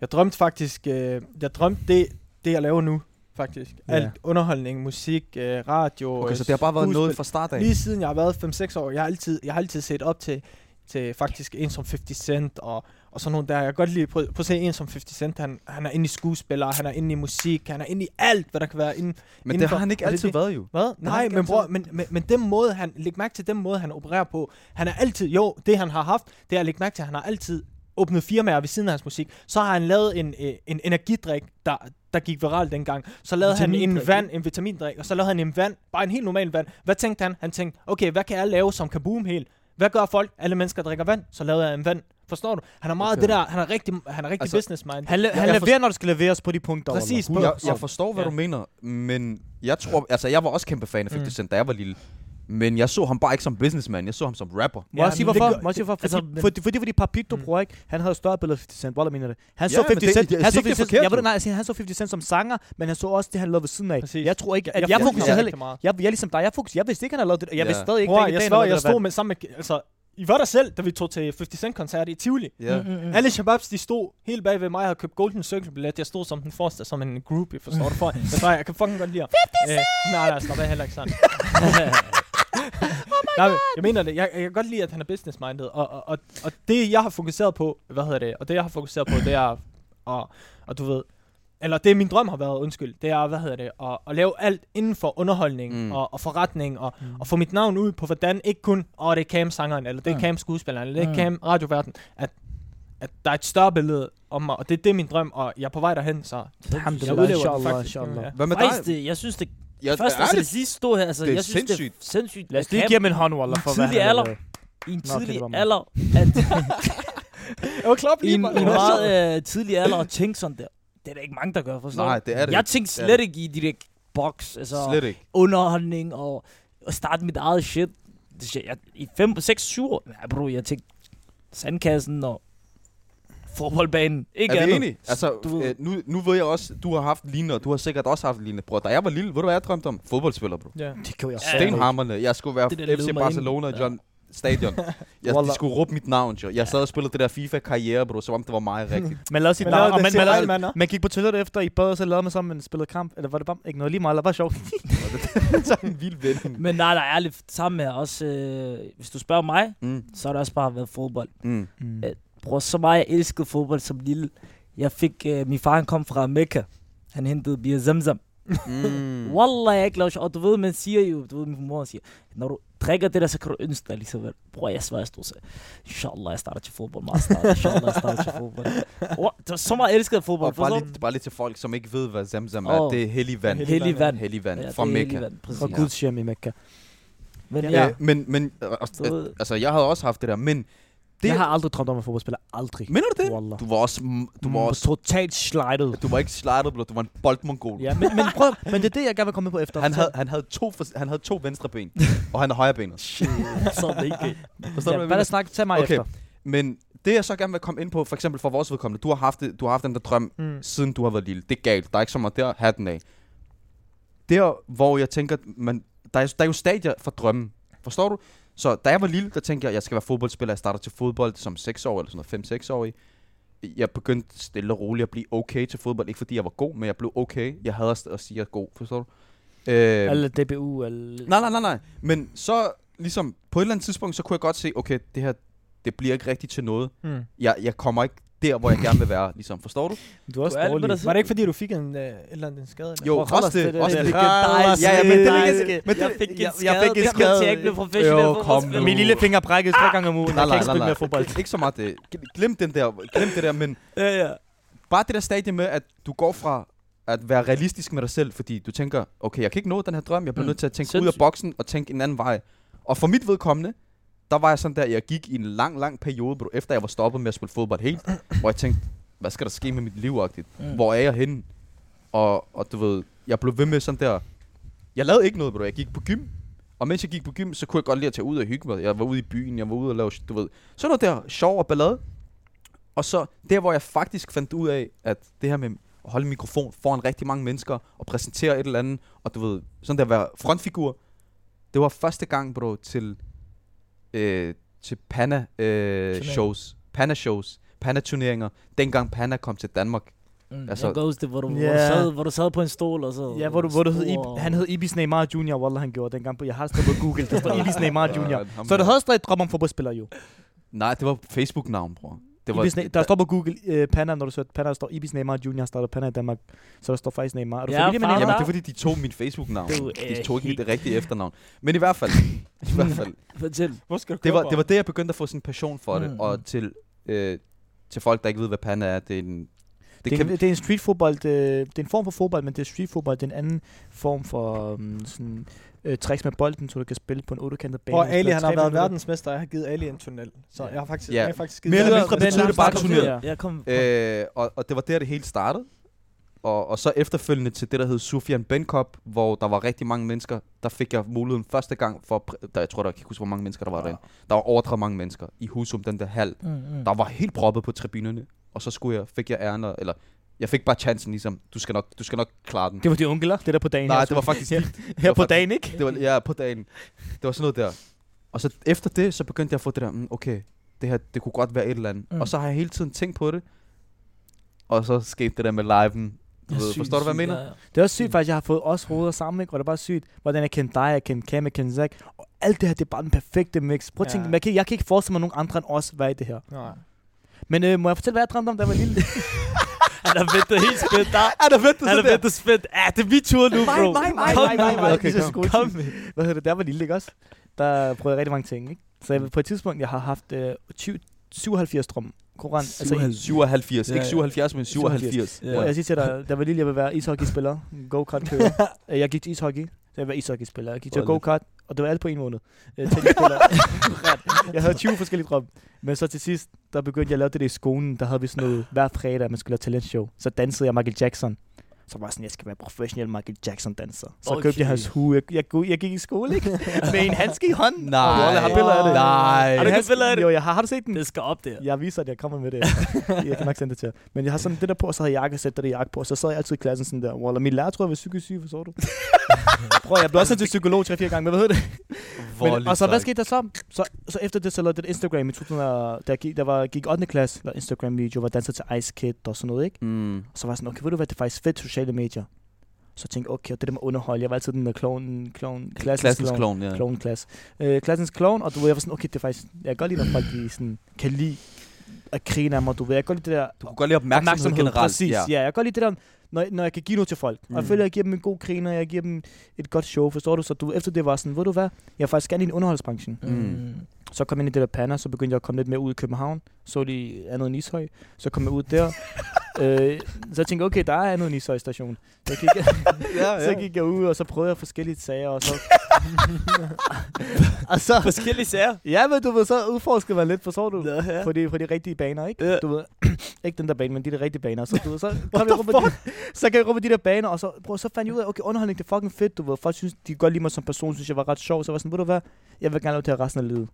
[SPEAKER 6] Jeg drømte faktisk, øh, jeg drømte det, det jeg laver nu, faktisk.
[SPEAKER 2] Ja.
[SPEAKER 6] Alt underholdning, musik, øh, radio.
[SPEAKER 4] okay,
[SPEAKER 6] øh,
[SPEAKER 4] så det har bare været noget
[SPEAKER 6] skuespil.
[SPEAKER 4] fra start af.
[SPEAKER 6] Lige siden jeg har været 5-6 år, jeg har altid, jeg har altid set op til, til faktisk en som 50 Cent og, og sådan nogle der. Jeg kan godt lide, prøv, prøv at se en som 50 Cent, han, han er inde i skuespillere, han er inde i musik, han er inde i alt, hvad der kan være inde.
[SPEAKER 4] Men det
[SPEAKER 6] Indenfor-
[SPEAKER 4] har han ikke
[SPEAKER 6] Er det
[SPEAKER 4] altid
[SPEAKER 6] det?
[SPEAKER 4] været jo.
[SPEAKER 6] Hvad? Nej,
[SPEAKER 4] ikke
[SPEAKER 6] men,
[SPEAKER 4] altid.
[SPEAKER 6] bror, men, men, men den måde, han, læg mærke til den måde, han opererer på. Han er altid, jo, det han har haft, det er at lægge mærke til, at han har altid åbnet firmaer ved siden af hans musik. Så har han lavet en, øh, en energidrik, der, der gik viral dengang. Så lavede han en
[SPEAKER 5] Vitamindrik,
[SPEAKER 6] vand, en vitamindrik, og så lavede han en vand, bare en helt normal vand. Hvad tænkte han? Han tænkte, okay, hvad kan jeg lave som kaboom helt? Hvad gør folk? Alle mennesker drikker vand, så lavede jeg en vand. Forstår du? Han er meget
[SPEAKER 4] Okay.
[SPEAKER 6] okay. det der, han er rigtig, han er rigtig
[SPEAKER 4] Altså,
[SPEAKER 6] altså, business mind.
[SPEAKER 2] Han, la- han
[SPEAKER 6] jeg
[SPEAKER 2] leverer, når det skal leveres på de punkter.
[SPEAKER 6] Præcis.
[SPEAKER 2] Wallah.
[SPEAKER 4] Jeg,
[SPEAKER 6] 100%.
[SPEAKER 4] jeg forstår, hvad
[SPEAKER 6] Ja.
[SPEAKER 4] du mener, men jeg tror... Altså, jeg var også kæmpe fan
[SPEAKER 5] Mm.
[SPEAKER 4] af 50 Cent, da jeg var lille. Men jeg så ham bare ikke som businessman, jeg så ham som rapper.
[SPEAKER 2] Må jeg
[SPEAKER 6] Ja,
[SPEAKER 2] sige
[SPEAKER 6] men det
[SPEAKER 2] hvorfor?
[SPEAKER 6] gør-
[SPEAKER 2] Må jeg sige hvorfor?
[SPEAKER 6] altså,
[SPEAKER 2] Fordi,
[SPEAKER 6] men-
[SPEAKER 2] fordi, fordi, fordi Papito du bruger ikke, han havde større billede af 50 Cent. Wallah mener det. Han
[SPEAKER 4] Ja,
[SPEAKER 2] så
[SPEAKER 4] men
[SPEAKER 2] 50
[SPEAKER 4] det-
[SPEAKER 2] Cent.
[SPEAKER 4] det- jeg
[SPEAKER 2] Han så
[SPEAKER 4] siger ikke, det er
[SPEAKER 2] 50 Cent.
[SPEAKER 4] forkert,
[SPEAKER 2] Jeg ved,
[SPEAKER 4] jo.
[SPEAKER 2] nej, jeg siger, han så 50 Cent som sanger, men han så også det, han lavede ved siden af.
[SPEAKER 6] Præcis.
[SPEAKER 2] Jeg tror ikke, at
[SPEAKER 6] Jeg-
[SPEAKER 2] jeg,
[SPEAKER 6] jeg-
[SPEAKER 2] fokuserer
[SPEAKER 4] jeg-
[SPEAKER 2] heller ikke. Jeg, jeg er ligesom dig, jeg fokuserer. Jeg vidste ikke, han havde lavet det. Jeg
[SPEAKER 4] Ja.
[SPEAKER 2] vidste stadig ikke,
[SPEAKER 6] Bror,
[SPEAKER 2] den
[SPEAKER 6] jeg
[SPEAKER 2] dag, han
[SPEAKER 6] svær,
[SPEAKER 2] lavede
[SPEAKER 6] jeg
[SPEAKER 2] det der
[SPEAKER 6] stod med sammen med, altså, I var der selv, da vi tog til 50 Cent koncert i Tivoli.
[SPEAKER 4] Ja.
[SPEAKER 5] Mm-hmm.
[SPEAKER 6] Mm. Alle shababs, de stod helt bag ved mig og havde købt Golden Circle billet. Jeg stod som den forreste, som en groupie, forstår du? For, jeg, tror, jeg kan fucking godt lide ham. 50 Cent! nej, nej, slap af heller ikke sådan. Nej, men jeg mener det. Jeg, jeg kan godt lide, at han er business minded. Og, og, og, og det, jeg har fokuseret på, hvad hedder det? Og det, jeg har fokuseret på, det er, og, og du ved, eller det, min drøm har været, undskyld, det er, hvad hedder det, at, at lave alt inden for underholdning
[SPEAKER 4] Mm.
[SPEAKER 6] mm. og, og forretning, og, mm. og få mit navn ud på, hvordan ikke kun, åh, oh, det er Cam-sangeren, eller det er Cam-skuespilleren, eller det er Cam-radioverden, at, at der er et større billede om mig, og det, det er min drøm, og jeg er på vej derhen, så jeg
[SPEAKER 2] Alhamdulillah,
[SPEAKER 6] udlever den
[SPEAKER 2] inshallah,
[SPEAKER 6] faktisk.
[SPEAKER 2] inshallah.
[SPEAKER 6] Ja.
[SPEAKER 4] Hvad med
[SPEAKER 5] Faktisk,
[SPEAKER 4] dig?
[SPEAKER 5] det, jeg synes, det
[SPEAKER 4] Jeg,
[SPEAKER 5] først altså, det
[SPEAKER 4] ærligt,
[SPEAKER 5] sidste stod her, altså,
[SPEAKER 4] Det er
[SPEAKER 5] jeg synes, det er
[SPEAKER 4] sindssygt.
[SPEAKER 5] sindssygt.
[SPEAKER 2] Lad os lige
[SPEAKER 5] Cam
[SPEAKER 2] give ham en håndwaller for, hvad
[SPEAKER 5] Tidlig
[SPEAKER 2] han
[SPEAKER 5] alder.
[SPEAKER 2] lavede.
[SPEAKER 5] I en
[SPEAKER 2] Nå, okay,
[SPEAKER 5] tidlig
[SPEAKER 2] det var mig.
[SPEAKER 5] alder, at,
[SPEAKER 6] Jeg var klop
[SPEAKER 5] i
[SPEAKER 6] lige
[SPEAKER 5] en,
[SPEAKER 6] mig.
[SPEAKER 5] i en meget øh, tidlig alder at tænke sådan der. Det er der ikke mange, der gør, forstår
[SPEAKER 4] nej,
[SPEAKER 5] du?
[SPEAKER 4] det er det.
[SPEAKER 5] Jeg tænkte
[SPEAKER 4] Det er
[SPEAKER 5] slet
[SPEAKER 4] det.
[SPEAKER 5] ikke i de der box, altså
[SPEAKER 4] Slet ikke.
[SPEAKER 5] underholdning og, og starte mit eget shit. Det shit jeg, I 5, 6, 7 år, nej bro, jeg tænkte sandkassen og fodboldbanen. Ikke
[SPEAKER 4] er vi
[SPEAKER 5] andet.
[SPEAKER 4] enige? Altså,
[SPEAKER 5] Du ved-
[SPEAKER 4] øh, nu, nu ved jeg også, du har haft lignende, og du har sikkert også haft lignende. Bror, da jeg var lille, ved du hvad jeg drømte om? Fodboldspiller, bro.
[SPEAKER 6] Ja.
[SPEAKER 2] Det gjorde jeg
[SPEAKER 5] Ja.
[SPEAKER 2] selv.
[SPEAKER 4] Stenhammerne. Jeg skulle være
[SPEAKER 5] Det der led
[SPEAKER 4] FC
[SPEAKER 5] mig
[SPEAKER 4] Barcelona,
[SPEAKER 5] ind.
[SPEAKER 4] John Stadion. Jeg, de
[SPEAKER 2] Wallah.
[SPEAKER 4] skulle råbe mit navn, jo. Jeg sad og spillede det der FIFA-karriere, bro, som om det var mig rigtigt.
[SPEAKER 2] Man lavede sit
[SPEAKER 6] Men lavede
[SPEAKER 2] navn, og
[SPEAKER 6] det
[SPEAKER 2] man,
[SPEAKER 6] til
[SPEAKER 2] man,
[SPEAKER 6] Real
[SPEAKER 2] lavede,
[SPEAKER 6] Madrid.
[SPEAKER 2] man gik på toilettet efter, I bad, og så lavede man sammen, man spillede kamp. Eller var det bare ikke noget lige meget, eller var det sjovt?
[SPEAKER 4] så en vild ven.
[SPEAKER 5] Men nej, der er lidt sammen med også, øh, hvis du spørger mig,
[SPEAKER 4] Mm,
[SPEAKER 5] så har det også bare været fodbold.
[SPEAKER 4] mm.
[SPEAKER 2] Mm.
[SPEAKER 5] Bror, så meget jeg elskede fodbold som lille. Jeg fik, øh, min far han kom fra Mekka. Han hentede bier zamzam.
[SPEAKER 4] Mm.
[SPEAKER 5] Wallah, jeg er ikke lavet sjov. Og du ved, man siger jo, du ved, min mor siger, når du drikker det der, så kan du ønske dig ligesom, at- bror, jeg svarer, jeg stod så, inshallah, jeg starter til fodbold meget snart, inshallah, jeg starter til fodbold. Wow, det var så meget elsket fodbold,
[SPEAKER 4] Og
[SPEAKER 5] for
[SPEAKER 4] bare
[SPEAKER 5] så
[SPEAKER 4] lige, bare lige til folk, som ikke ved, hvad Zamzam er.
[SPEAKER 5] Åh.
[SPEAKER 4] Det er hellig vand.
[SPEAKER 5] heldig vand.
[SPEAKER 4] Hellig vand
[SPEAKER 5] Ja,
[SPEAKER 4] fra
[SPEAKER 5] det er heldig
[SPEAKER 4] Mekka.
[SPEAKER 5] vand, præcis.
[SPEAKER 2] Og
[SPEAKER 4] Ja.
[SPEAKER 2] Guds hjem i Mekka.
[SPEAKER 5] Men
[SPEAKER 4] Ja.
[SPEAKER 5] ja,
[SPEAKER 4] Øh, men, men øh, også-
[SPEAKER 5] du ved,
[SPEAKER 4] altså, jeg havde også haft det der, men...
[SPEAKER 2] Det...
[SPEAKER 4] Det-
[SPEAKER 2] Jeg har aldrig drømt om at fodboldspiller. Aldrig.
[SPEAKER 4] Mener du det?
[SPEAKER 2] Wallah.
[SPEAKER 4] Du var også... m- Du var
[SPEAKER 2] Mm,
[SPEAKER 4] også...
[SPEAKER 2] totalt slidet.
[SPEAKER 4] Du var ikke slidet, bro. Du var en boldmongol.
[SPEAKER 2] Ja, men, men prøv, men det er det, jeg gerne vil komme på efter.
[SPEAKER 4] Han havde, han, havde to, for- han havde to venstre ben, og han er højre benet.
[SPEAKER 5] sådan ikke.
[SPEAKER 4] Forstår du, hvad
[SPEAKER 2] ja, hvad
[SPEAKER 4] jeg
[SPEAKER 2] der snakke? Tag mig
[SPEAKER 4] Okay.
[SPEAKER 2] efter.
[SPEAKER 4] Men det jeg så gerne vil komme ind på, for eksempel for vores vedkommende, du har haft, det- du har haft den der drøm,
[SPEAKER 6] Mm.
[SPEAKER 4] siden du har været lille. Det er galt. Der er ikke så meget der. Hatten af. Der, hvor jeg tænker, at man, der, er, der er jo stadier for drømmen. Forstår du? Så da jeg var lille, der tænkte jeg, at jeg skal være fodboldspiller. Jeg starter til fodbold som 6 år eller sådan noget, 5-6 år i. Jeg begyndte stille og roligt at blive okay til fodbold. Ikke fordi jeg var god, men jeg blev okay. Jeg havde at sige, at jeg er god. Forstår du? Øh,
[SPEAKER 2] Eller DBU, eller...
[SPEAKER 4] Nej, nej, nej, nej. Men så ligesom på et eller andet tidspunkt, så kunne jeg godt se, okay, det her, det bliver ikke rigtigt til noget.
[SPEAKER 6] Mm.
[SPEAKER 4] Jeg, jeg kommer ikke der, hvor jeg gerne vil være, ligesom. Forstår du?
[SPEAKER 2] Du er også
[SPEAKER 5] Du er alt med
[SPEAKER 2] dårlig.
[SPEAKER 5] dig
[SPEAKER 6] Var det ikke, fordi du fik en, øh, et eller andet en skade? Eller?
[SPEAKER 4] Jo,
[SPEAKER 2] Prøv at
[SPEAKER 4] også
[SPEAKER 2] holde os
[SPEAKER 4] det,
[SPEAKER 2] til det
[SPEAKER 4] også
[SPEAKER 2] der.
[SPEAKER 4] det.
[SPEAKER 5] Legendariske.
[SPEAKER 4] Ja, ja, men det er ikke- men
[SPEAKER 5] Jeg
[SPEAKER 4] det-
[SPEAKER 5] fik en
[SPEAKER 4] jeg-
[SPEAKER 5] skade.
[SPEAKER 4] jeg fik en
[SPEAKER 5] Det kommer til,
[SPEAKER 4] skade.
[SPEAKER 5] at jeg ikke blev professionel
[SPEAKER 4] Jo, kom
[SPEAKER 5] fodboldspiller.
[SPEAKER 4] nu.
[SPEAKER 2] Min lille finger brækkede tre gange om ugen.
[SPEAKER 4] Nej,
[SPEAKER 2] Jeg kan
[SPEAKER 4] nej,
[SPEAKER 2] ikke
[SPEAKER 4] nej,
[SPEAKER 2] spille
[SPEAKER 4] nej.
[SPEAKER 2] mere fodbold.
[SPEAKER 4] Ikke så meget det. Glem, den der, glem det der, men
[SPEAKER 5] Ja, ja.
[SPEAKER 4] bare det der stadie med, at du går fra at være realistisk med dig selv, fordi du tænker, okay, jeg kan ikke nå den her drøm, jeg bliver
[SPEAKER 5] Mm.
[SPEAKER 4] nødt til at tænke ud af
[SPEAKER 5] Sindssygt.
[SPEAKER 4] boksen og tænke en anden vej. Og for mit vedkommende, der var jeg sådan der, jeg gik i en lang, lang periode, bro, efter jeg var stoppet med at spille fodbold helt, hvor jeg tænkte, hvad skal der ske med mit liv, -agtigt?
[SPEAKER 5] Mm.
[SPEAKER 4] hvor er jeg henne? Og, og du ved, jeg blev ved med sådan der, jeg lavede ikke noget, bro, jeg gik på gym, og mens jeg gik på gym, så kunne jeg godt lide at tage ud og hygge mig. Jeg var ude i byen, jeg var ude og lave, du ved, sådan noget der sjov og ballade. Og så der, hvor jeg faktisk fandt ud af, at det her med at holde en mikrofon foran rigtig mange mennesker og præsentere et eller andet, og du ved, sådan der være frontfigur, det var første gang, bro, til, øh, til øh,
[SPEAKER 6] Turnering.
[SPEAKER 4] Panna-shows. Panna-shows. Panna-turneringer. Dengang Panna kom til Danmark.
[SPEAKER 5] Mm,
[SPEAKER 4] Altså-
[SPEAKER 5] altså, jeg kan huske det, hvor du, yeah. hvor, du
[SPEAKER 2] Ja.
[SPEAKER 5] sad, hvor du sad på en stol og så...
[SPEAKER 2] Ja, hvor, du, hvor du hed
[SPEAKER 5] Stor-
[SPEAKER 2] Ib- han hed Ibis Neymar Junior, Wallah han gjorde dengang på. Jeg har stadig på Google, der står Ibis Neymar Junior.
[SPEAKER 4] Ja, øh, ham
[SPEAKER 2] Så du
[SPEAKER 4] der.
[SPEAKER 2] havde stadig drømme om fodboldspiller jo.
[SPEAKER 4] Nej, det var Facebook-navn, bror. Det
[SPEAKER 2] Ibis, na- der står på Google øh, Panda, når du søger Panda, der står Ibis Neymar Junior har startet Panda i Danmark. Så der står faktisk Neymar. Er du
[SPEAKER 5] Ja,
[SPEAKER 2] familie med
[SPEAKER 5] far.
[SPEAKER 2] Neymar?
[SPEAKER 4] Jamen, det er fordi, de tog mit Facebook-navn.
[SPEAKER 5] Det er jo,
[SPEAKER 4] De
[SPEAKER 5] øh,
[SPEAKER 4] tog ikke mit
[SPEAKER 5] helt-
[SPEAKER 4] rigtige efternavn. Men i hvert fald, i hvert fald
[SPEAKER 5] Fortæl.
[SPEAKER 6] Hvor skal du
[SPEAKER 4] det,
[SPEAKER 6] køre
[SPEAKER 4] var,
[SPEAKER 6] fra?
[SPEAKER 4] det var det, jeg begyndte at få sådan en passion for det.
[SPEAKER 5] Mm, mm.
[SPEAKER 4] Og til, øh, til folk, der ikke ved, hvad panda er, det er en... Det, det
[SPEAKER 2] Det, er en,
[SPEAKER 4] kan,
[SPEAKER 2] det er en street fodbold, øh, det er en form for fodbold, men det er street fodbold, det er en anden form for um, sådan, øh, tricks med bolden, så du kan spille på en ottekantet bane.
[SPEAKER 6] Prøv,
[SPEAKER 2] Du spiller
[SPEAKER 6] Ali, han
[SPEAKER 2] tre
[SPEAKER 6] har været
[SPEAKER 2] minutter.
[SPEAKER 6] verdensmester, og jeg har givet Ali en tunnel. Så jeg har faktisk,
[SPEAKER 4] Ja.
[SPEAKER 6] jeg har faktisk givet
[SPEAKER 4] Mere eller
[SPEAKER 6] Ali en
[SPEAKER 4] mindre
[SPEAKER 6] tunnel.
[SPEAKER 4] betyder det bare
[SPEAKER 5] Kom
[SPEAKER 4] turnering.
[SPEAKER 5] videre. Ja, kom.
[SPEAKER 4] Øh, og, og det var der, det hele startede. Og, og så efterfølgende til det, der hed Sufjan Benkop, hvor der var rigtig mange mennesker, der fik jeg muligheden første gang for... at pr- Der, jeg tror, der jeg kan ikke huske, hvor mange mennesker der var derinde. Der var overdrevet mange mennesker i Husum, den der hal.
[SPEAKER 5] Mm, mm.
[SPEAKER 4] Der var helt proppet på tribunerne, og så skulle jeg, fik jeg æren, og- eller jeg fik bare chancen ligesom, du skal nok, du skal nok klare den.
[SPEAKER 2] Det var de onkeler, det der på dagen.
[SPEAKER 4] Nej,
[SPEAKER 2] her,
[SPEAKER 4] det var faktisk
[SPEAKER 2] her, her
[SPEAKER 4] var
[SPEAKER 2] på
[SPEAKER 4] faktisk-
[SPEAKER 2] dagen, ikke?
[SPEAKER 4] Det var, ja, på dagen. Det var sådan noget der. Og så efter det, så begyndte jeg at få det der, mm, okay, det her, det kunne godt være et eller andet.
[SPEAKER 5] Mm.
[SPEAKER 4] Mm. Og så har jeg hele tiden tænkt på det. Og så skete det der med liven. Du ved, forstår du, hvad jeg mener?
[SPEAKER 5] Ja, ja.
[SPEAKER 2] Det er også sygt faktisk, jeg har fået os hoveder sammen, ikke? og det er bare sygt, hvordan jeg kendte dig, jeg kendte Cam, jeg kendte Zach, og alt det her, det er bare den perfekte mix. Prøv at tænke,
[SPEAKER 6] Ja.
[SPEAKER 2] man kan, jeg kan ikke forestille mig nogen andre end os, hvad er det her.
[SPEAKER 6] Nej.
[SPEAKER 2] Men øh, må jeg fortælle, hvad jeg drømte om, da jeg var lille?
[SPEAKER 5] Han har ventet helt spændt. Der,
[SPEAKER 4] Er der ventet
[SPEAKER 5] han har ventet spændt. Ja, det er min tur nu, bro. Kom
[SPEAKER 2] nej, nej,
[SPEAKER 5] nu.
[SPEAKER 2] nej,
[SPEAKER 4] Okay,
[SPEAKER 2] okay,
[SPEAKER 4] kom.
[SPEAKER 2] kom. kom. Hvad hedder det, der var lille, ikke også? Der prøvede jeg rigtig mange ting, ikke? Så jeg, på et tidspunkt, jeg har haft øh, 20, 77 drømme. Koran, altså, i-
[SPEAKER 4] 77.
[SPEAKER 5] Ja,
[SPEAKER 4] Ikke
[SPEAKER 5] ja.
[SPEAKER 4] 77, men 77.
[SPEAKER 5] Ja.
[SPEAKER 2] Prøv, jeg siger til dig, der var lille, jeg ville være ishockeyspiller, go-kart kører. Øh, jeg gik til ishockey, så jeg var ishockeyspiller. Jeg gik til
[SPEAKER 4] Hvor er det?
[SPEAKER 2] go-kart, og det var alt på en måned. Øh, tennisspiller. jeg havde 20 forskellige drømme. Men så til sidst, der begyndte jeg at lave det der i skolen. Der havde vi sådan noget, hver fredag, man skulle lave talent show. Så dansede jeg Michael Jackson. Så var jeg sådan, jeg skal være professionel Michael Jackson danser. Så okay. købte
[SPEAKER 5] Okay.
[SPEAKER 2] jeg hans hue. Jeg, jeg, jeg, jeg gik i skole, ikke? Med en handske i hånden.
[SPEAKER 4] Nej.
[SPEAKER 2] Og Rolle har billeder af det.
[SPEAKER 5] Har du
[SPEAKER 4] Nej.
[SPEAKER 2] Har du
[SPEAKER 5] ikke
[SPEAKER 2] hans
[SPEAKER 5] billeder af det?
[SPEAKER 2] Jo, jeg har. Har du set den?
[SPEAKER 5] Det skal op der.
[SPEAKER 2] Jeg viser, at jeg kommer med det. efter. jeg kan nok sende det til jer. Men jeg har sådan det der på, og så havde jeg jakkesæt, det der jakke på, og så sad jeg altid i klassen sådan der, Walla, min lærer tror jeg var psykisk syg, forstår du? Prøv, jeg blev også sendt til psykolog 3-4 gange, men hvad hedder det? Men, og så hvad skete der så? så? Så efter det, så lavede det Instagram i 2000, og der, gik, der var, gik 8. klasse, der var Instagram-video, hvor jeg dansede til Ice Kid og sådan noget, ikke?
[SPEAKER 4] Mm.
[SPEAKER 2] Og så var jeg sådan, okay, ved du hvad, det er faktisk fedt sociale medier. Så tænkte jeg, okay, og det der med underhold, jeg var altid den der kloven, kloven, klassens
[SPEAKER 4] Klassens
[SPEAKER 2] kloven.
[SPEAKER 4] klovn, ja.
[SPEAKER 2] Kloven klasse. Øh, klassens klovn, og du ved, jeg var sådan, okay, det er faktisk, jeg kan godt lide, når folk de sådan, kan lide at grine af mig, du ved, jeg kan godt lide det der
[SPEAKER 4] Du kunne godt lide opmærksomhed, generelt.
[SPEAKER 2] præcis, ja. ja. jeg kan godt lide det der, når, når jeg kan give noget til folk. Mm. Og jeg
[SPEAKER 5] Mm.
[SPEAKER 2] føler, at jeg giver dem en god griner, jeg giver dem et godt show, forstår du? Så du, efter det var sådan, ved du hvad, jeg er faktisk gerne i underholdsbranchen.
[SPEAKER 4] Mm.
[SPEAKER 2] Så kom jeg ind i det der panna, så begyndte jeg at komme lidt mere ud i København, så lige andet end Ishøj, så kom jeg ud der. øh, så tænkte jeg, okay, der er andet end Ishøj station. Så gik, jeg,
[SPEAKER 4] ja,
[SPEAKER 2] så gik jeg ud, og så prøvede jeg forskellige sager, og så... og så
[SPEAKER 5] Forskellige sager.
[SPEAKER 2] Ja, men du ved, så udforskede man lidt, forstår du? Ja, ja. På, de, på de rigtige baner, ikke?
[SPEAKER 5] Ja.
[SPEAKER 2] Du ved, ikke den der bane, men de der rigtige baner. Så, du ved, så, kom jeg rundt på de, så kan jeg råbe de der baner, og så, prøv, så fandt jeg ud af, okay, underholdning, det er fucking fedt, du ved. Folk synes, de kan godt lide mig som person, synes jeg var ret sjov. Så jeg var sådan, ved du hvad, jeg vil gerne lave det her resten af livet.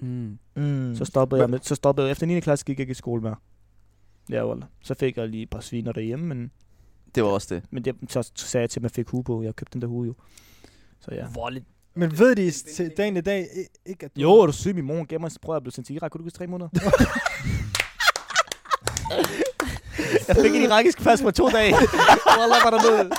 [SPEAKER 4] Mm.
[SPEAKER 5] Mm.
[SPEAKER 2] Så stoppede jeg, med, så stoppede jeg. Efter 9. klasse gik jeg ikke i skole mere. Ja, voilà. Så fik jeg lige et par sviner derhjemme, men,
[SPEAKER 4] Det var også det.
[SPEAKER 2] men det, så sagde jeg til, at man fik hue på. Jeg købte den der hue jo. Så ja.
[SPEAKER 5] Voldeligt.
[SPEAKER 1] Men ved de s- til dagen i dag i- ikke, at du...
[SPEAKER 2] Jo, er du syg, min mor hun gav mig en sprøjt, jeg blev sendt til Irak. Kunne du huske tre måneder? jeg fik en irakisk pas på to dage. Wallah, var der noget.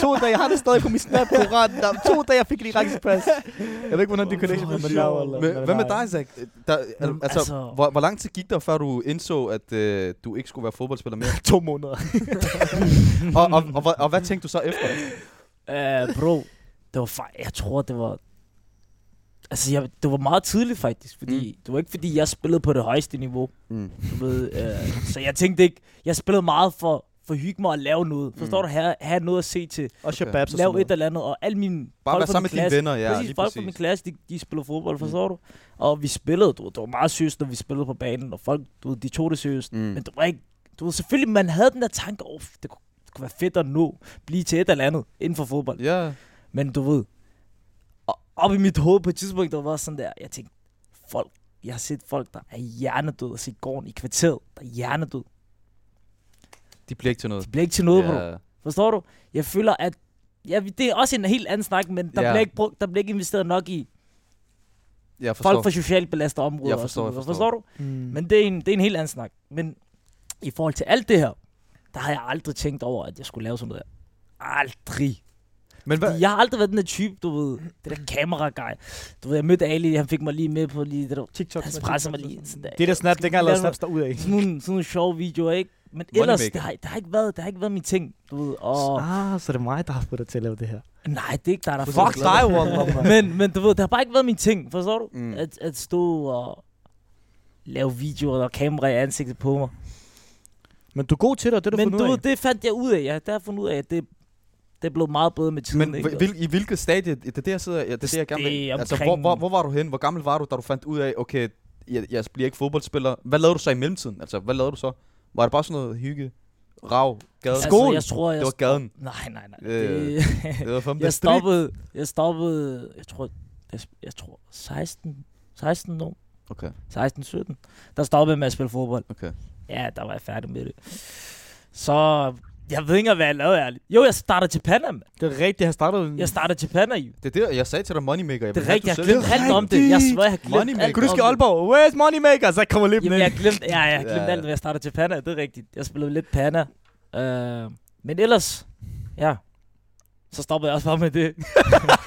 [SPEAKER 2] To dage, jeg har det stadig på min snap koran. Der, to dage, jeg fik en irakisk pas. Jeg ved ikke, hvordan det connection var, men der var...
[SPEAKER 4] Men, hvad med dig, Zach? Der, altså,
[SPEAKER 5] Jamen, altså-
[SPEAKER 4] altså, hvor, hvor lang tid gik der, før du indså, at øh, du ikke skulle være fodboldspiller mere?
[SPEAKER 2] To måneder.
[SPEAKER 4] og, og, og, og, og hvad tænkte du så efter?
[SPEAKER 2] Mm.
[SPEAKER 5] Uh, bro, det var fej- jeg tror, det var... Altså, jeg, det var meget tidligt faktisk, fordi mm. det var ikke fordi, jeg spillede på det højeste niveau.
[SPEAKER 4] Mm.
[SPEAKER 5] Du ved, øh, så jeg tænkte ikke, jeg spillede meget for, for at hygge mig og lave noget. Forstår
[SPEAKER 4] Mm.
[SPEAKER 5] du? Have, have noget at se til.
[SPEAKER 2] Og shababs og sådan
[SPEAKER 5] Lave
[SPEAKER 2] noget.
[SPEAKER 5] et eller andet, og alle mine
[SPEAKER 4] Bare
[SPEAKER 5] folk
[SPEAKER 4] være
[SPEAKER 5] fra
[SPEAKER 4] sammen med
[SPEAKER 5] min
[SPEAKER 4] dine
[SPEAKER 5] klasse-
[SPEAKER 4] venner, ja.
[SPEAKER 5] præcis,
[SPEAKER 4] lige Mm.
[SPEAKER 5] folk fra min klasse, de, de spillede fodbold, forstår du? Og vi spillede, du, ved, det var meget seriøst, når vi spillede på banen, og folk, du, ved, de tog det seriøst.
[SPEAKER 4] Mm.
[SPEAKER 5] Men det var ikke, du ved, selvfølgelig, man havde den der tanke, oh, det, kunne, det kunne være fedt at nå, blive til et eller andet inden for fodbold.
[SPEAKER 4] Ja.
[SPEAKER 5] Men du ved, og op i mit hoved på et tidspunkt, der var sådan der, jeg tænkte, folk, jeg har set folk, der er hjernedøde, og set gården i kvarteret, der er hjernedøde.
[SPEAKER 4] De bliver ikke til noget.
[SPEAKER 5] Det bliver ikke til noget, yeah. bro. Forstår du? Jeg føler, at ja, vi- det er også en helt anden snak, men der,
[SPEAKER 4] Ja.
[SPEAKER 5] yeah. bliver, ikke brugt, der bliver ikke investeret nok i
[SPEAKER 4] Jeg forstår.
[SPEAKER 5] folk fra socialt belastede områder.
[SPEAKER 4] Jeg
[SPEAKER 5] og
[SPEAKER 4] forstår,
[SPEAKER 5] sådan
[SPEAKER 4] jeg
[SPEAKER 5] noget.
[SPEAKER 4] forstår.
[SPEAKER 5] forstår du?
[SPEAKER 2] Mm.
[SPEAKER 5] Men det er, en, det er en helt anden snak. Men i forhold til alt det her, der har jeg aldrig tænkt over, at jeg skulle lave sådan noget her. Aldrig.
[SPEAKER 4] Men hvad,
[SPEAKER 5] Jeg har aldrig været den der type, du ved, det der kamera-guy. Du ved, jeg mødte Ali, han fik mig lige med på lige det der,
[SPEAKER 6] TikTok.
[SPEAKER 5] han presser mig lige sådan der.
[SPEAKER 2] Det der snap, dengang jeg lavede snaps derud af.
[SPEAKER 5] Sådan nogle, sådan nogle sjove videoer, ikke? Men
[SPEAKER 4] Money
[SPEAKER 5] ellers,
[SPEAKER 4] maker.
[SPEAKER 5] det har, det har ikke været, det har ikke været min ting, du ved. Og,
[SPEAKER 2] Ah, så er det mig, der har fået dig til at lave det her.
[SPEAKER 5] nej, det er ikke dig, der
[SPEAKER 2] Fuck dig, Walter, mand.
[SPEAKER 5] men, men du ved, det har bare ikke været min ting, forstår du?
[SPEAKER 4] Mm.
[SPEAKER 5] Mm. At, at stå og lave videoer og kamera i ansigtet på mig.
[SPEAKER 2] Men du er god til det, og det er du
[SPEAKER 5] Men
[SPEAKER 2] fundet
[SPEAKER 5] du
[SPEAKER 2] ud
[SPEAKER 5] ved,
[SPEAKER 2] af.
[SPEAKER 5] det fandt jeg ud af. Jeg har der fundet ud af, at det, det er blevet meget bedre med tiden.
[SPEAKER 4] men
[SPEAKER 5] ikke?
[SPEAKER 4] hvil, hvil- i hvilket stadie, det er det, jeg sidder, ja, det er det, jeg gerne
[SPEAKER 5] Det
[SPEAKER 4] vil.
[SPEAKER 5] er
[SPEAKER 4] Altså, hvor,
[SPEAKER 5] omkring-
[SPEAKER 4] hvor, hvor var du hen? Hvor gammel var du, da du fandt ud af, okay, jeg, jeg bliver ikke fodboldspiller. Hvad lavede du så i mellemtiden? Altså, hvad lavede du så? Var det bare sådan noget hygge, rav, gade?
[SPEAKER 5] Altså, jeg tror, jeg
[SPEAKER 4] Det var gaden.
[SPEAKER 5] Nej, nej, nej.
[SPEAKER 4] Øh,
[SPEAKER 5] Det,
[SPEAKER 4] Det var fandme
[SPEAKER 5] jeg
[SPEAKER 4] street.
[SPEAKER 5] stoppede, jeg stoppede, jeg tror, jeg, jeg tror 16, 16 år,
[SPEAKER 4] Okay,
[SPEAKER 5] 16-17, der stoppede jeg med at spille fodbold.
[SPEAKER 4] okay.
[SPEAKER 5] Ja, der var jeg færdig med det. Så jeg ved ikke, engang, hvad jeg lavede ærligt. Jo, jeg starter til Panama.
[SPEAKER 2] Det er rigtigt, jeg startede...
[SPEAKER 5] Jeg starter til Panama. jo.
[SPEAKER 4] Det er det, jeg sagde til dig, Moneymaker. Jeg
[SPEAKER 5] Det
[SPEAKER 4] vil
[SPEAKER 5] er
[SPEAKER 4] have,
[SPEAKER 5] rigtigt, jeg har
[SPEAKER 4] du selv-
[SPEAKER 5] glemt alt om det. Jeg svær, jeg har glemt
[SPEAKER 4] Moneymaker.
[SPEAKER 5] alt
[SPEAKER 2] Kan du huske
[SPEAKER 5] om det.
[SPEAKER 2] Aalborg? Where's Moneymaker? Så kommer lige med
[SPEAKER 5] Jamen,
[SPEAKER 2] den.
[SPEAKER 5] jeg glemte, ja, jeg
[SPEAKER 4] Ja,
[SPEAKER 5] glemte
[SPEAKER 4] ja.
[SPEAKER 5] alt, hvad jeg startede til Panna. Det er rigtigt. Jeg spillede lidt Panna. Uh, men ellers, ja, så stoppede jeg også bare med det.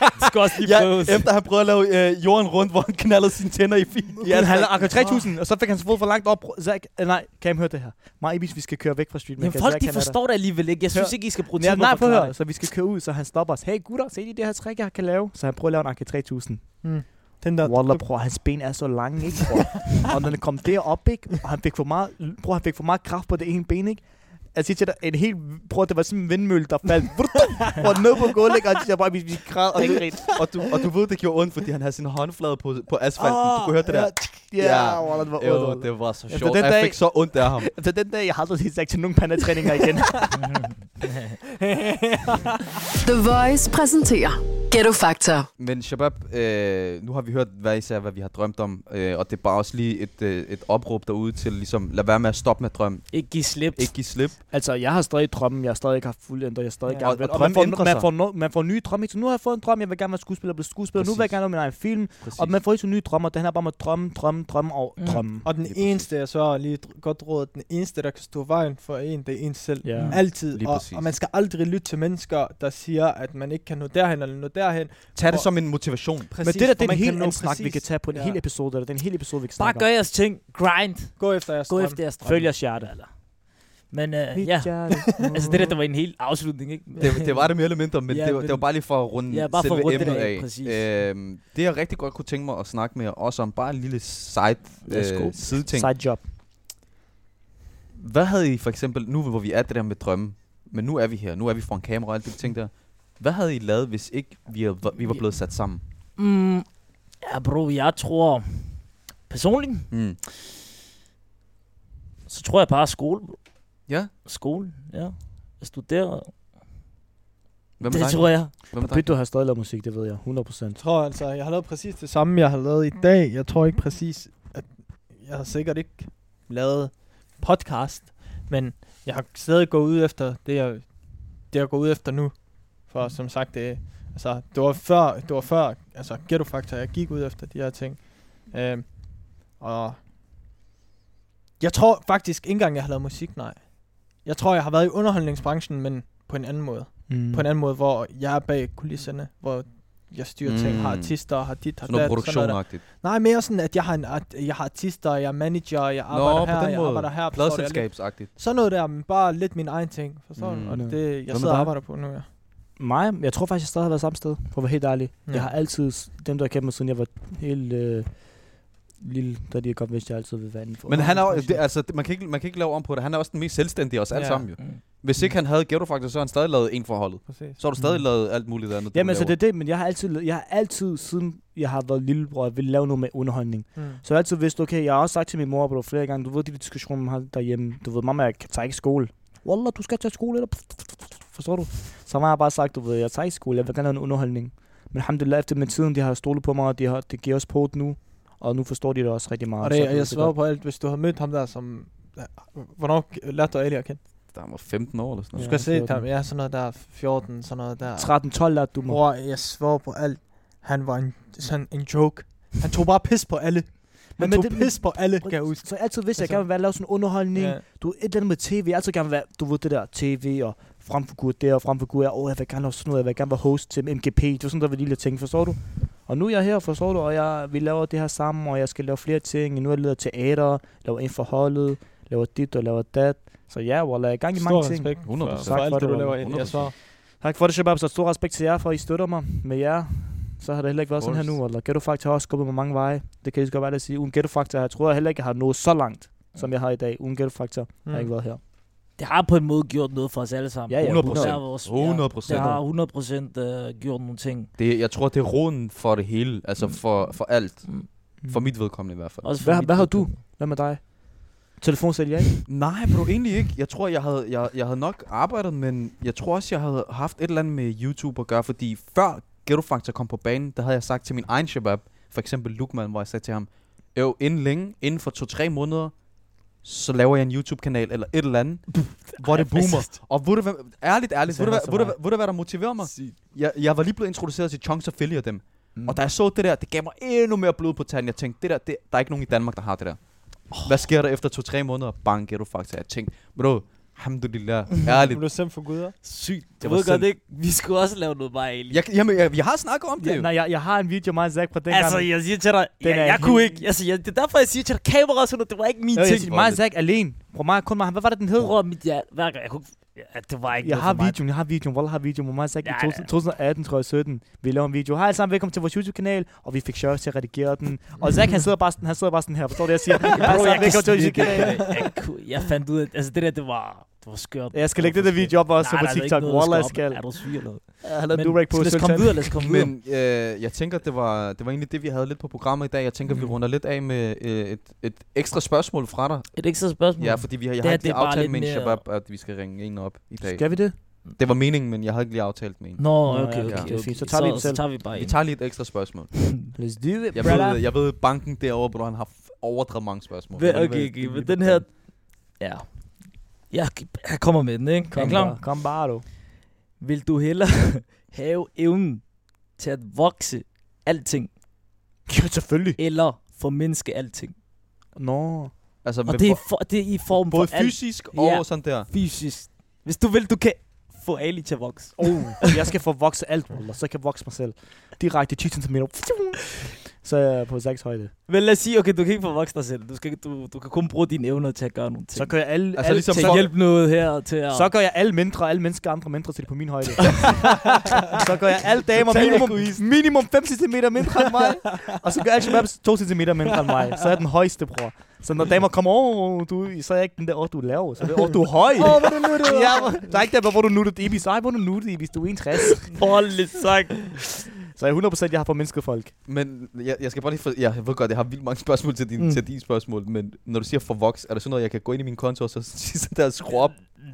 [SPEAKER 5] det skal også lige
[SPEAKER 4] Ja,
[SPEAKER 5] prøves.
[SPEAKER 4] efter at have prøvet at lave øh, jorden rundt, hvor han knaldede sine tænder i fint. Altså,
[SPEAKER 2] Ja, han akkurat 3000, og så fik han så fod for langt op. Zach, øh, nej, kan I høre det her? Mig og Ibis, vi skal køre væk fra Street
[SPEAKER 5] Men
[SPEAKER 2] Maker.
[SPEAKER 5] folk,
[SPEAKER 2] Zach,
[SPEAKER 5] de
[SPEAKER 2] han er der.
[SPEAKER 5] forstår det alligevel ikke. Jeg synes
[SPEAKER 2] Hør.
[SPEAKER 5] ikke, I skal bruge tid
[SPEAKER 2] Ja,
[SPEAKER 5] på
[SPEAKER 2] nej,
[SPEAKER 5] at
[SPEAKER 2] prøv at
[SPEAKER 5] forklare
[SPEAKER 2] høre.
[SPEAKER 5] det.
[SPEAKER 2] Så vi skal køre ud, så han stopper os. Hey gutter, se lige det her trick, jeg kan lave. Så han prøver at lave en Anker 3000.
[SPEAKER 6] Den der...
[SPEAKER 2] Wallah, bror, hans ben er så lange, ikke, bror? og når den kom derop, ikke? Og han fik for meget, bror, han fik for meget kraft på det ene ben, ikke? Jeg siger til dig, en helt, bror, det var sådan en vindmølle, der faldt. og ned på gulvet, ikke? Og jeg bare, vi, vi græd, og det grinte.
[SPEAKER 4] og, du, og du ved, det gjorde ondt, fordi han havde sin håndflade på, på asfalten. Oh, du kunne høre det
[SPEAKER 5] Ah,
[SPEAKER 4] der.
[SPEAKER 2] Ja,
[SPEAKER 4] Ja.
[SPEAKER 2] yeah, Wallah, det var
[SPEAKER 4] Jo,
[SPEAKER 2] ondt. Wallah.
[SPEAKER 4] det var så
[SPEAKER 2] Efter
[SPEAKER 4] sjovt.
[SPEAKER 2] den
[SPEAKER 4] Jeg
[SPEAKER 2] dag-
[SPEAKER 4] fik så ondt af ham.
[SPEAKER 2] Efter den dag, jeg har aldrig set Zach til nogen pandetræninger igen.
[SPEAKER 3] The Voice præsenterer Ghetto Factor.
[SPEAKER 4] Men Shabab, øh, nu har vi hørt hvad især, hvad vi har drømt om, øh, og det er bare også lige et, øh, et opråb derude til, ligesom, lad være med at stoppe med at drømme.
[SPEAKER 5] Ikke give slip.
[SPEAKER 4] Ikke give slip.
[SPEAKER 2] Altså, jeg har stadig drømmen, jeg har stadig ikke haft fuldendt, og jeg har stadig
[SPEAKER 6] Ja.
[SPEAKER 2] gerne
[SPEAKER 4] Og- og
[SPEAKER 2] vil. man,
[SPEAKER 4] drømmen
[SPEAKER 2] får,
[SPEAKER 4] ændrer
[SPEAKER 2] man, får no, man får nye drømme. Så nu har jeg fået en drøm, jeg vil gerne være skuespiller, blive skuespiller. Nu vil jeg
[SPEAKER 4] Præcis.
[SPEAKER 2] gerne lave min egen film.
[SPEAKER 4] Præcis.
[SPEAKER 2] Og man får ikke nye drømme, og det handler bare om at drømme, drømme, drømme og
[SPEAKER 5] Mm.
[SPEAKER 2] drømme.
[SPEAKER 6] Og den
[SPEAKER 4] Lige præcis.
[SPEAKER 6] eneste, jeg så har lige dr- godt råd, den eneste, der kan stå vejen for en, det er en selv.
[SPEAKER 2] Ja.
[SPEAKER 6] Altid.
[SPEAKER 4] Lige
[SPEAKER 6] Og,
[SPEAKER 4] præcis.
[SPEAKER 6] og, man skal aldrig lytte til mennesker, der siger, at man ikke kan nå derhen eller nå derhen.
[SPEAKER 4] Tag det
[SPEAKER 6] Og-
[SPEAKER 4] som en motivation.
[SPEAKER 6] Præcis,
[SPEAKER 2] Men det der, det
[SPEAKER 6] hvor
[SPEAKER 2] er en
[SPEAKER 6] man kan
[SPEAKER 2] helt
[SPEAKER 6] nå
[SPEAKER 2] anden snak, vi
[SPEAKER 6] præcis.
[SPEAKER 2] kan tage på en
[SPEAKER 6] Ja.
[SPEAKER 2] hel episode, eller det er en hel episode, vi kan
[SPEAKER 5] Bare
[SPEAKER 2] snakke
[SPEAKER 5] gør jeres ting. Grind.
[SPEAKER 6] Gå efter jeres
[SPEAKER 5] Gå
[SPEAKER 6] drøm.
[SPEAKER 5] efter jeres drøm.
[SPEAKER 2] Følg jeres hjerte, eller?
[SPEAKER 5] Men øh, ja, altså det der, der var en hel afslutning, ikke?
[SPEAKER 4] Det, det var det mere eller mindre, men, ja,
[SPEAKER 5] Ja,
[SPEAKER 4] det, var,
[SPEAKER 5] men-
[SPEAKER 4] det var bare lige for at runde
[SPEAKER 5] Ja, bare for at
[SPEAKER 4] selve
[SPEAKER 5] runde det
[SPEAKER 4] emnet
[SPEAKER 5] af,
[SPEAKER 4] af.
[SPEAKER 5] præcis.
[SPEAKER 4] Øhm, det jeg rigtig godt kunne tænke mig at snakke med jer også om, bare en lille side,
[SPEAKER 2] Let's go.
[SPEAKER 4] øh, sideting.
[SPEAKER 2] Side job.
[SPEAKER 4] Hvad havde I for eksempel, nu hvor vi er det der med drømme, men nu er vi her, nu er vi foran kamera og alt det ting der. Hvad havde I lavet, hvis ikke vi, havde, vi var blevet sat sammen?
[SPEAKER 5] Mm, ja, bro, jeg tror... Personligt,
[SPEAKER 4] Mm.
[SPEAKER 5] så tror jeg bare skole. bro.
[SPEAKER 4] Ja,
[SPEAKER 5] Skole, ja. Jeg studerer.
[SPEAKER 4] hvem er
[SPEAKER 5] Det
[SPEAKER 4] dig?
[SPEAKER 5] tror jeg.
[SPEAKER 4] Hvem er dig?
[SPEAKER 2] Byt, du har stadig lavet musik, det ved jeg, 100%.
[SPEAKER 6] Jeg tror altså, jeg har lavet præcis det samme, jeg har lavet i dag. Jeg tror ikke præcis, at jeg har sikkert ikke lavet podcast, men jeg har stadig gået ud efter det, jeg, det jeg går ud efter nu. For som sagt, det, altså, det var før, det var før altså, Ghetto Factor, jeg gik ud efter de her ting. Øhm, og jeg tror faktisk ikke engang, jeg har lavet musik, nej. Jeg tror, jeg har været i underholdningsbranchen, men på en anden måde
[SPEAKER 2] Mm.
[SPEAKER 6] på en anden måde, hvor jeg er bag kulisserne, hvor jeg styrer mm. ting, har
[SPEAKER 4] Mm.
[SPEAKER 6] artister, har dit, har
[SPEAKER 4] Sådan noget
[SPEAKER 6] dat, sådan noget
[SPEAKER 4] produktionagtigt.
[SPEAKER 6] der. Nej, mere sådan, at jeg har, en art, jeg har artister, jeg er manager, jeg arbejder
[SPEAKER 4] Nå, på
[SPEAKER 6] her,
[SPEAKER 4] den
[SPEAKER 6] jeg
[SPEAKER 4] måde.
[SPEAKER 6] arbejder her. forstår du? Jeg er lidt-
[SPEAKER 4] Pladselskabsagtigt.
[SPEAKER 6] Sådan noget der, men bare lidt min egen ting, forstår
[SPEAKER 4] Mm.
[SPEAKER 6] du? Og
[SPEAKER 2] Ja.
[SPEAKER 6] det, jeg
[SPEAKER 4] med
[SPEAKER 6] sidder og
[SPEAKER 2] dig?
[SPEAKER 6] arbejder på nu, ja.
[SPEAKER 2] Mig? Jeg tror faktisk, jeg stadig har været samme sted, for at være helt ærlig.
[SPEAKER 6] Ja.
[SPEAKER 2] Jeg har altid, dem der har kendt mig, siden jeg var helt øh, lille, der de har godt vidst, at jeg altid vil være inden for.
[SPEAKER 4] Men han er, jo- det, altså, det- man, kan ikke, man kan ikke lave om på det. Han er også den mest selvstændige af os alle
[SPEAKER 6] Ja.
[SPEAKER 4] sammen jo.
[SPEAKER 5] Mm.
[SPEAKER 4] Hvis ikke han havde Ghetto Factor, så havde han stadig lavet en forholdet.
[SPEAKER 6] Præcis.
[SPEAKER 4] Så har du stadig
[SPEAKER 5] Mm.
[SPEAKER 4] lavet alt muligt andet. du
[SPEAKER 2] Jamen altså,
[SPEAKER 4] laver.
[SPEAKER 2] det er det, men jeg har altid, jeg har altid siden jeg har været lillebror, ville lave noget med underholdning.
[SPEAKER 6] Mm.
[SPEAKER 2] Så jeg har altid vidst, okay, jeg har også sagt til min mor, bro, flere gange, du ved de diskussioner, man har derhjemme. Du ved, mamma, jeg tager ikke skole. Wallah, du skal tage skole, eller forstår du? Så har jeg bare sagt, du ved, jeg tager ikke skole, jeg vil gerne have noget underholdning. Men alhamdulillah, efter med tiden, de har stolet på mig, og de har, det giver os på det nu. Og nu forstår de det også rigtig meget.
[SPEAKER 6] Og
[SPEAKER 2] så
[SPEAKER 6] det,
[SPEAKER 2] ved
[SPEAKER 6] og jeg
[SPEAKER 2] det
[SPEAKER 6] svarer
[SPEAKER 2] godt.
[SPEAKER 6] på alt, hvis Ah, du havde mødt ham der, som... Hvornår lærte du Ali at kende?
[SPEAKER 4] Der var 15 år eller sådan
[SPEAKER 6] Du
[SPEAKER 4] noget.
[SPEAKER 6] skal se
[SPEAKER 2] 14.
[SPEAKER 6] ham, ja, sådan noget der, 14, sådan noget der.
[SPEAKER 2] 13-12 lærte du mig.
[SPEAKER 6] Bror, jeg svarer på alt. Han var en, sådan en joke. Han tog bare pis på alle. Han
[SPEAKER 2] men
[SPEAKER 6] tog
[SPEAKER 2] det-
[SPEAKER 6] pis på alle, kan
[SPEAKER 2] Præcis.
[SPEAKER 6] jeg huske.
[SPEAKER 2] Så jeg altid vidste, at jeg
[SPEAKER 6] Altså-
[SPEAKER 2] gerne vil være- lave sådan en underholdning.
[SPEAKER 6] Ja.
[SPEAKER 2] Du er et eller andet med tv. Jeg altid gerne vil være, du ved det der tv og frem for Gud der, og frem for Gud er, åh, jeg vil gerne lave sådan noget, jeg vil gerne være host til MGP. Det var sådan, der var lille ting, forstår du? Og nu er jeg her, forstår du, og jeg, vi laver det her sammen, og jeg skal lave flere ting. Nu er jeg leder teater, laver en for holdet, laver dit og laver dat. Så ja, Walla, jeg er i gang i mange ting.
[SPEAKER 6] respekt
[SPEAKER 4] 100%.
[SPEAKER 6] for, for alt det, du laver ind. Jeg
[SPEAKER 4] 100%.
[SPEAKER 6] svarer.
[SPEAKER 2] Tak for det, Shabab. Så stor respekt til jer, for at I støtter mig med jer. Så har det heller ikke været sådan her nu, eller Ghetto Factor har også skubbet mig mange veje. Det kan jeg lige så godt være, at sige. Uden Ghetto Factor, jeg tror jeg heller ikke, jeg har nået så langt, som jeg har i dag. Uden Ghetto Factor mm. har jeg ikke været her.
[SPEAKER 5] Det har på en måde gjort noget for os alle sammen.
[SPEAKER 2] Ja, ja,
[SPEAKER 4] 100%.
[SPEAKER 5] Det har vores- ja.
[SPEAKER 4] 100%.
[SPEAKER 5] Det har 100% øh, gjort nogle ting.
[SPEAKER 4] Det, jeg tror, det er roden for det hele. Altså for, for alt.
[SPEAKER 5] Mm.
[SPEAKER 4] For mit vedkommende i hvert fald.
[SPEAKER 5] Også for
[SPEAKER 2] Hvad,
[SPEAKER 5] mit
[SPEAKER 2] hvad har du?
[SPEAKER 5] vedkommende.
[SPEAKER 2] Hvad med dig? Telefonsælger, ikke?
[SPEAKER 4] Nej, bro, egentlig ikke. Jeg tror, jeg havde, jeg, jeg havde nok arbejdet, men jeg tror også, jeg havde haft et eller andet med YouTube at gøre, fordi før Ghetto Factor kom på banen, der havde jeg sagt til min egen shabab, for eksempel Lukman, hvor jeg sagde til ham, jo, inden længe, inden for 2-3 måneder, så laver jeg en YouTube-kanal eller et eller andet, hvor det boomer. Og ved du hvad, ærligt, ærligt, ved du hvad, ved du hvad, ved du hvad der motiverer mig? Jeg, jeg var lige blevet introduceret til Chunks og Philly og dem. Mm. Og da jeg så det der, det gav mig endnu mere blod på tanden. Jeg tænkte, det der, det, der er ikke nogen i Danmark, der har det der. Oh. Hvad sker der efter 2-3 måneder? Bang, ghetto factor. Jeg tænkte, bro, alhamdulillah, ærligt.
[SPEAKER 6] Du blev sendt for guder.
[SPEAKER 5] Sygt. Du
[SPEAKER 4] Det var
[SPEAKER 5] ved godt
[SPEAKER 4] sindssygt.
[SPEAKER 5] ikke, vi skulle også lave noget bare egentlig.
[SPEAKER 4] Jeg, jamen, jeg, jeg har snakket om det
[SPEAKER 2] Ja,
[SPEAKER 4] jo.
[SPEAKER 2] nej, jeg, jeg har en video af mig og Zach fra dengang.
[SPEAKER 5] Altså, jeg siger til dig,
[SPEAKER 2] Den
[SPEAKER 5] jeg,
[SPEAKER 2] er
[SPEAKER 5] jeg kunne
[SPEAKER 2] helt-
[SPEAKER 5] ikke. Altså, jeg, det er derfor, jeg siger til dig, kamera og sådan noget, det var ikke min
[SPEAKER 2] jeg, jeg,
[SPEAKER 5] ting.
[SPEAKER 2] jeg, mig og Zach alene. Bror mig, kun mig. Hvad var det, den hed?
[SPEAKER 5] Bror, mit hjerte, hver gang jeg kunne... Ja, det var ikke
[SPEAKER 2] Jeg
[SPEAKER 5] noget
[SPEAKER 2] har
[SPEAKER 5] for mig.
[SPEAKER 2] videoen, jeg har videoen, Walla har videoen, hvor man sagt
[SPEAKER 5] Ja,
[SPEAKER 2] i
[SPEAKER 5] ja.
[SPEAKER 2] 2000- 2018, tror jeg, 17. Vi laver en video. Hej alle sammen, velkommen til vores YouTube-kanal, og vi fik Sheriff til at redigere den. Og Zach, han sidder bare sådan, han sidder bare sådan her, forstår du, jeg siger? Hej alle sammen,
[SPEAKER 5] Altså, jeg,
[SPEAKER 2] velkommen til vores
[SPEAKER 5] jeg,
[SPEAKER 2] YouTube-kanal.
[SPEAKER 5] jeg, jeg, kunne- jeg fandt ud af, altså det der, det var, det var skørt.
[SPEAKER 2] Jeg skal lægge det der video op også
[SPEAKER 5] Nej,
[SPEAKER 2] på
[SPEAKER 5] der er ikke
[SPEAKER 2] TikTok.
[SPEAKER 5] noget, der
[SPEAKER 2] Walla, jeg
[SPEAKER 5] op.
[SPEAKER 2] skal.
[SPEAKER 5] Er du syg eller noget?
[SPEAKER 2] Jeg har lavet
[SPEAKER 5] Men-
[SPEAKER 2] durag på
[SPEAKER 5] så Lad os komme videre, lad os komme videre.
[SPEAKER 4] Men øh, jeg tænker, det var, det var egentlig det, vi havde lidt på programmet i dag. Jeg
[SPEAKER 5] Mhm.
[SPEAKER 4] tænker, mm. vi runder lidt af med øh, et, et ekstra spørgsmål fra dig.
[SPEAKER 5] Et ekstra spørgsmål.
[SPEAKER 4] Ja, fordi vi har, jeg
[SPEAKER 5] Mhm. Det
[SPEAKER 4] har
[SPEAKER 5] her,
[SPEAKER 4] ikke
[SPEAKER 5] det er
[SPEAKER 4] lige
[SPEAKER 5] bare
[SPEAKER 4] aftalt
[SPEAKER 5] lidt
[SPEAKER 4] med en
[SPEAKER 5] mere-
[SPEAKER 4] shabab, at vi skal ringe en op i dag.
[SPEAKER 2] Skal vi det?
[SPEAKER 4] Det var meningen, men jeg havde ikke lige aftalt med en.
[SPEAKER 5] Nå,
[SPEAKER 2] Nå,
[SPEAKER 5] okay,
[SPEAKER 4] ja,
[SPEAKER 5] okay,
[SPEAKER 4] ja.
[SPEAKER 5] okay.
[SPEAKER 2] Det er fint. Så tager vi den
[SPEAKER 5] så
[SPEAKER 2] selv.
[SPEAKER 5] tager vi bare
[SPEAKER 4] Vi
[SPEAKER 5] en.
[SPEAKER 4] tager lige et ekstra spørgsmål.
[SPEAKER 2] Let's do it,
[SPEAKER 4] Jeg ved, jeg ved, banken derovre, bror, han har f- overdrevet mange spørgsmål.
[SPEAKER 5] Hvad- Okay, okay, men den her... Ja. Jeg, jeg kommer med den, ikke? Er I
[SPEAKER 2] Kom
[SPEAKER 5] klar?
[SPEAKER 2] bare, kom bare, du.
[SPEAKER 5] Vil du hellere have evnen til at vokse alting,
[SPEAKER 2] Jo, selvfølgelig.
[SPEAKER 5] eller formindske alting?
[SPEAKER 2] Nå.
[SPEAKER 4] Altså,
[SPEAKER 5] Og
[SPEAKER 4] med
[SPEAKER 5] det er,
[SPEAKER 4] hvor-
[SPEAKER 5] for, det er i form
[SPEAKER 4] både
[SPEAKER 5] for alt
[SPEAKER 4] fysisk og
[SPEAKER 5] Ja.
[SPEAKER 4] sådan der.
[SPEAKER 5] fysisk. Hvis du vil, du kan få Ali til at vokse.
[SPEAKER 2] Oh, jeg skal få vokse alt, Walla, så jeg kan vokse mig selv. Direkte 10 cm. Så er jeg på Zachs højde.
[SPEAKER 5] Men lad os sige, okay, du kan ikke få vokse dig selv. Du, skal, du, du kan kun bruge dine evner til at gøre nogle ting.
[SPEAKER 2] Så kører jeg alle,
[SPEAKER 4] Altså,
[SPEAKER 2] alle
[SPEAKER 4] ligesom
[SPEAKER 5] til
[SPEAKER 4] så-
[SPEAKER 5] at hjælpe noget her og til at...
[SPEAKER 2] Så gør jeg alle mindre, og alle mennesker andre mindre til det på min højde. så gør jeg alle damer minimum, minimum 5 cm mindre end mig. Og så gør jeg shababs 2 cm mindre end mig. Så er jeg den højeste, bror. Så når damer kommer over, du, så er jeg ikke den der, åh, du er lav. Så er det, åh, du er høj. Åh, oh, hvor du nuttet. ja, hvor- der er ikke der, hvor du nuttet ibis. Ej, hvor du nuttet ibis. Du er 61.
[SPEAKER 5] Borgerligt sagt.
[SPEAKER 2] Så jeg er 100% jeg har på mennesket folk.
[SPEAKER 4] Men jeg, jeg skal bare lige for, jeg ved godt, jeg har vildt mange spørgsmål til dine,
[SPEAKER 5] Mm.
[SPEAKER 4] mm. til dine spørgsmål, men når du siger for voks, er det sådan noget, jeg kan gå ind i min konto og så sige sådan der skrue op?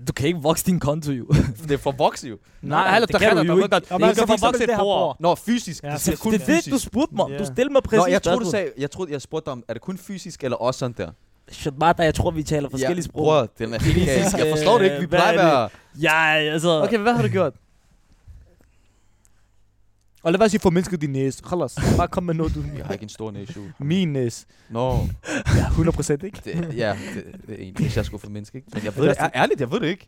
[SPEAKER 5] Du kan ikke vokse din konto, jo.
[SPEAKER 4] Det er for voks jo.
[SPEAKER 2] Nej,
[SPEAKER 5] det kan du jo ikke.
[SPEAKER 4] godt.
[SPEAKER 5] man
[SPEAKER 4] Jeg
[SPEAKER 5] kan for
[SPEAKER 4] kan
[SPEAKER 5] vokse
[SPEAKER 4] vokse et
[SPEAKER 5] det her
[SPEAKER 4] bord.
[SPEAKER 5] bord.
[SPEAKER 4] Nå, fysisk.
[SPEAKER 6] Ja,
[SPEAKER 4] Ja, det siger kun
[SPEAKER 5] Det er det,
[SPEAKER 4] fysisk.
[SPEAKER 5] du spurgte mig. om. Du
[SPEAKER 2] Ja.
[SPEAKER 5] stillede mig præcis
[SPEAKER 4] Nå, jeg troede, du
[SPEAKER 5] spørgsmål.
[SPEAKER 4] sagde, jeg troede, jeg spurgte dig om, er det kun fysisk eller også sådan der?
[SPEAKER 5] Shabata, jeg tror, vi taler forskellige
[SPEAKER 4] ja,
[SPEAKER 5] sprog. øh,
[SPEAKER 4] Bror, den er helt galt. Jeg forstår det ikke. Vi
[SPEAKER 5] Hvad
[SPEAKER 4] plejer at
[SPEAKER 5] er det?
[SPEAKER 4] være...
[SPEAKER 5] Ja, altså...
[SPEAKER 2] Okay, hvad har du gjort? Og lad være at sige, for mennesket din næse. Khalas. Bare kom med noget, du...
[SPEAKER 4] Jeg har ikke en stor issue.
[SPEAKER 2] Min næse.
[SPEAKER 4] Nå,
[SPEAKER 2] Ja, 100% ikke?
[SPEAKER 4] det, ja, det, det er egentlig, hvis jeg skulle for menneske, ikke? Men jeg ved det, ærligt, jeg ved det ikke.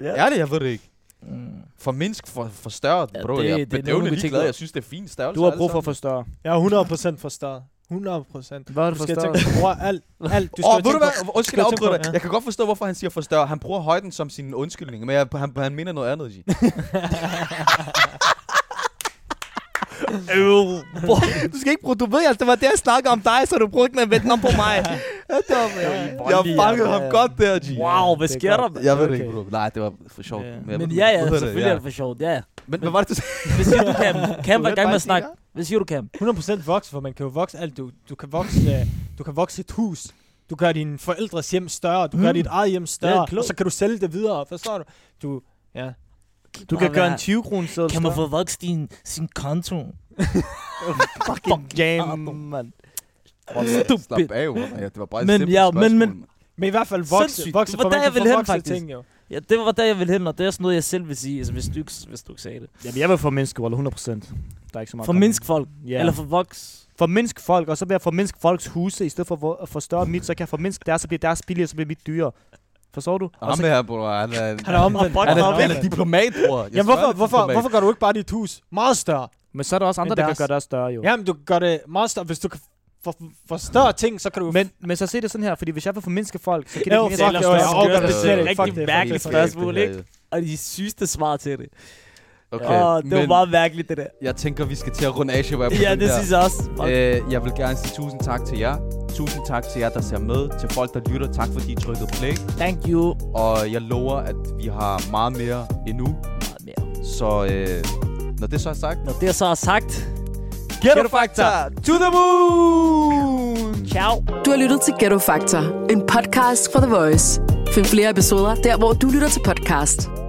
[SPEAKER 5] Ja.
[SPEAKER 4] Ærligt, jeg ved det ikke.
[SPEAKER 5] Mm.
[SPEAKER 4] For mindsk for, for større,
[SPEAKER 5] Ja,
[SPEAKER 4] bro.
[SPEAKER 5] det-
[SPEAKER 4] Det, jeg
[SPEAKER 5] det er
[SPEAKER 4] er bedøvende
[SPEAKER 5] nogle af de ting,
[SPEAKER 4] ligeglad.
[SPEAKER 5] der-
[SPEAKER 4] Jeg synes, det er fint størrelse.
[SPEAKER 2] Du har brug for at forstørre.
[SPEAKER 6] Jeg er 100% forstået. 100%.
[SPEAKER 2] Hvad har du
[SPEAKER 6] Du skal
[SPEAKER 2] forstørret?
[SPEAKER 6] tænke på bror, alt, alt. Du
[SPEAKER 4] Du
[SPEAKER 6] skal
[SPEAKER 4] skal
[SPEAKER 6] jo
[SPEAKER 4] ved du
[SPEAKER 6] tænke på-
[SPEAKER 4] hvad? Undskyld,
[SPEAKER 6] du
[SPEAKER 4] jeg
[SPEAKER 6] skal
[SPEAKER 4] afbryder
[SPEAKER 6] tænke på-
[SPEAKER 4] dig. Jeg kan godt forstå, hvorfor han siger for større. Han bruger højden som sin undskyldning, men jeg, han, han minder noget andet, G.
[SPEAKER 5] Øv.
[SPEAKER 2] du skal ikke bruge, du ved, at det var det, jeg snakkede om dig, så du brugte den at vende om på mig.
[SPEAKER 4] Jeg fangede ham godt der, G.
[SPEAKER 5] Wow, hvad
[SPEAKER 2] det er
[SPEAKER 5] sker der?
[SPEAKER 2] godt.
[SPEAKER 5] mand?
[SPEAKER 4] Jeg ved det
[SPEAKER 2] Okay.
[SPEAKER 4] ikke, bro. Nej, det var for sjovt.
[SPEAKER 2] Ja.
[SPEAKER 4] jeg
[SPEAKER 5] Men
[SPEAKER 4] ved-
[SPEAKER 5] ja,
[SPEAKER 4] jeg
[SPEAKER 5] ja,
[SPEAKER 4] ved det,
[SPEAKER 5] selvfølgelig er det for sjovt, ja.
[SPEAKER 4] Men hvad var det, du sagde?
[SPEAKER 5] Hvad siger du, Cam? Cam var i gang med at snakke.
[SPEAKER 4] det
[SPEAKER 5] Hvad siger du, Cam?
[SPEAKER 6] 100% vokse, for man kan jo vokse alt. Du, du, kan vokse, øh, du kan vokse et hus. Du gør dine forældres hjem større. Du gør
[SPEAKER 5] Mm.
[SPEAKER 6] dit eget hjem
[SPEAKER 5] Det
[SPEAKER 6] større.
[SPEAKER 5] er klogt.
[SPEAKER 6] og så kan du sælge det videre. Forstår du? Du, ja.
[SPEAKER 2] Du kan
[SPEAKER 5] Bare
[SPEAKER 2] gøre en
[SPEAKER 5] være-
[SPEAKER 2] 20 kroner sæd.
[SPEAKER 5] Kan man få vokset din, sin konto?
[SPEAKER 2] fucking jam,
[SPEAKER 5] Arno.
[SPEAKER 2] mand?
[SPEAKER 4] Stupid. Slap af, bro. Ja, det var bare et
[SPEAKER 5] Men
[SPEAKER 4] simpelt
[SPEAKER 5] ja, men-
[SPEAKER 4] spørgsmål,
[SPEAKER 5] men-
[SPEAKER 4] mand.
[SPEAKER 6] Men i hvert fald vokse.
[SPEAKER 5] Sindssygt.
[SPEAKER 6] vokse
[SPEAKER 5] Det
[SPEAKER 6] for
[SPEAKER 5] var
[SPEAKER 6] man
[SPEAKER 5] der,
[SPEAKER 6] kan
[SPEAKER 5] jeg ville
[SPEAKER 6] få
[SPEAKER 5] hen,
[SPEAKER 6] vokset
[SPEAKER 5] faktisk.
[SPEAKER 6] ting, jo.
[SPEAKER 5] Ja, det var der, jeg ville hen, og det er sådan noget, jeg selv vil sige, altså, hvis, du ikke, hvis du ikke sagde det.
[SPEAKER 2] Jamen, jeg vil få menneske, Walla, 100%. Der er ikke så meget.
[SPEAKER 5] For mindsk folk,
[SPEAKER 2] Ja.
[SPEAKER 5] eller for voks.
[SPEAKER 2] For mindsk folk, og så bliver jeg for mindsk folks huse, i stedet for vo- at forstørre mit, så kan jeg for mindsk deres, så bliver deres billigere, så bliver mit dyrere. Forstår du?
[SPEAKER 4] Ham
[SPEAKER 5] Altså-
[SPEAKER 2] så-
[SPEAKER 4] her, bror, han er...
[SPEAKER 6] Han er omvendt.
[SPEAKER 4] Han er, han
[SPEAKER 6] omvendt.
[SPEAKER 4] er diplomat, bror. Jeg sværger,
[SPEAKER 6] Jamen, hvorfor,
[SPEAKER 4] han er
[SPEAKER 6] hvorfor,
[SPEAKER 4] diplomat.
[SPEAKER 6] hvorfor gør du ikke bare dit hus meget større?
[SPEAKER 2] men så er der også andre,
[SPEAKER 6] Men
[SPEAKER 2] der kan
[SPEAKER 6] deres-
[SPEAKER 2] gøre deres større, jo.
[SPEAKER 6] Jamen, du gør det meget større. Hvis du kan for, for større ting, så kan du...
[SPEAKER 2] Men, men så se det sådan her, fordi hvis jeg vil formindske folk, så kan det
[SPEAKER 6] Jo,
[SPEAKER 2] ikke
[SPEAKER 6] fuck,
[SPEAKER 2] mere
[SPEAKER 6] jo,
[SPEAKER 2] større.
[SPEAKER 6] jeg
[SPEAKER 5] Fuck,
[SPEAKER 4] Øh,
[SPEAKER 6] overgør
[SPEAKER 5] det
[SPEAKER 6] det
[SPEAKER 5] er
[SPEAKER 6] slet
[SPEAKER 5] et
[SPEAKER 6] ikke.
[SPEAKER 5] rigtig
[SPEAKER 6] Fuck det.
[SPEAKER 5] mærkeligt
[SPEAKER 6] Fuck det.
[SPEAKER 5] spørgsmål, ikke? Og de sygeste svar til det.
[SPEAKER 4] Okay,
[SPEAKER 5] Åh, det var
[SPEAKER 4] men
[SPEAKER 5] meget mærkeligt, det der.
[SPEAKER 4] jeg tænker, vi skal til at runde Asia på
[SPEAKER 5] Ja,
[SPEAKER 4] den
[SPEAKER 5] det
[SPEAKER 4] der.
[SPEAKER 5] synes jeg også. Fuck.
[SPEAKER 4] Øh, jeg vil gerne sige tusind tak til jer. Tusind tak til jer, der ser med. Til folk, der lytter. Tak fordi I trykkede play.
[SPEAKER 5] Thank you.
[SPEAKER 4] Og jeg lover, at vi har meget mere endnu.
[SPEAKER 5] Meget mere.
[SPEAKER 4] Så øh, når det så er sagt...
[SPEAKER 5] Når det så er sagt,
[SPEAKER 4] Ghetto Factor to the moon!
[SPEAKER 5] ciao.
[SPEAKER 3] Du har lyttet til Ghetto Factor, en podcast fra The Voice. Find flere episoder der, hvor du lytter til podcast.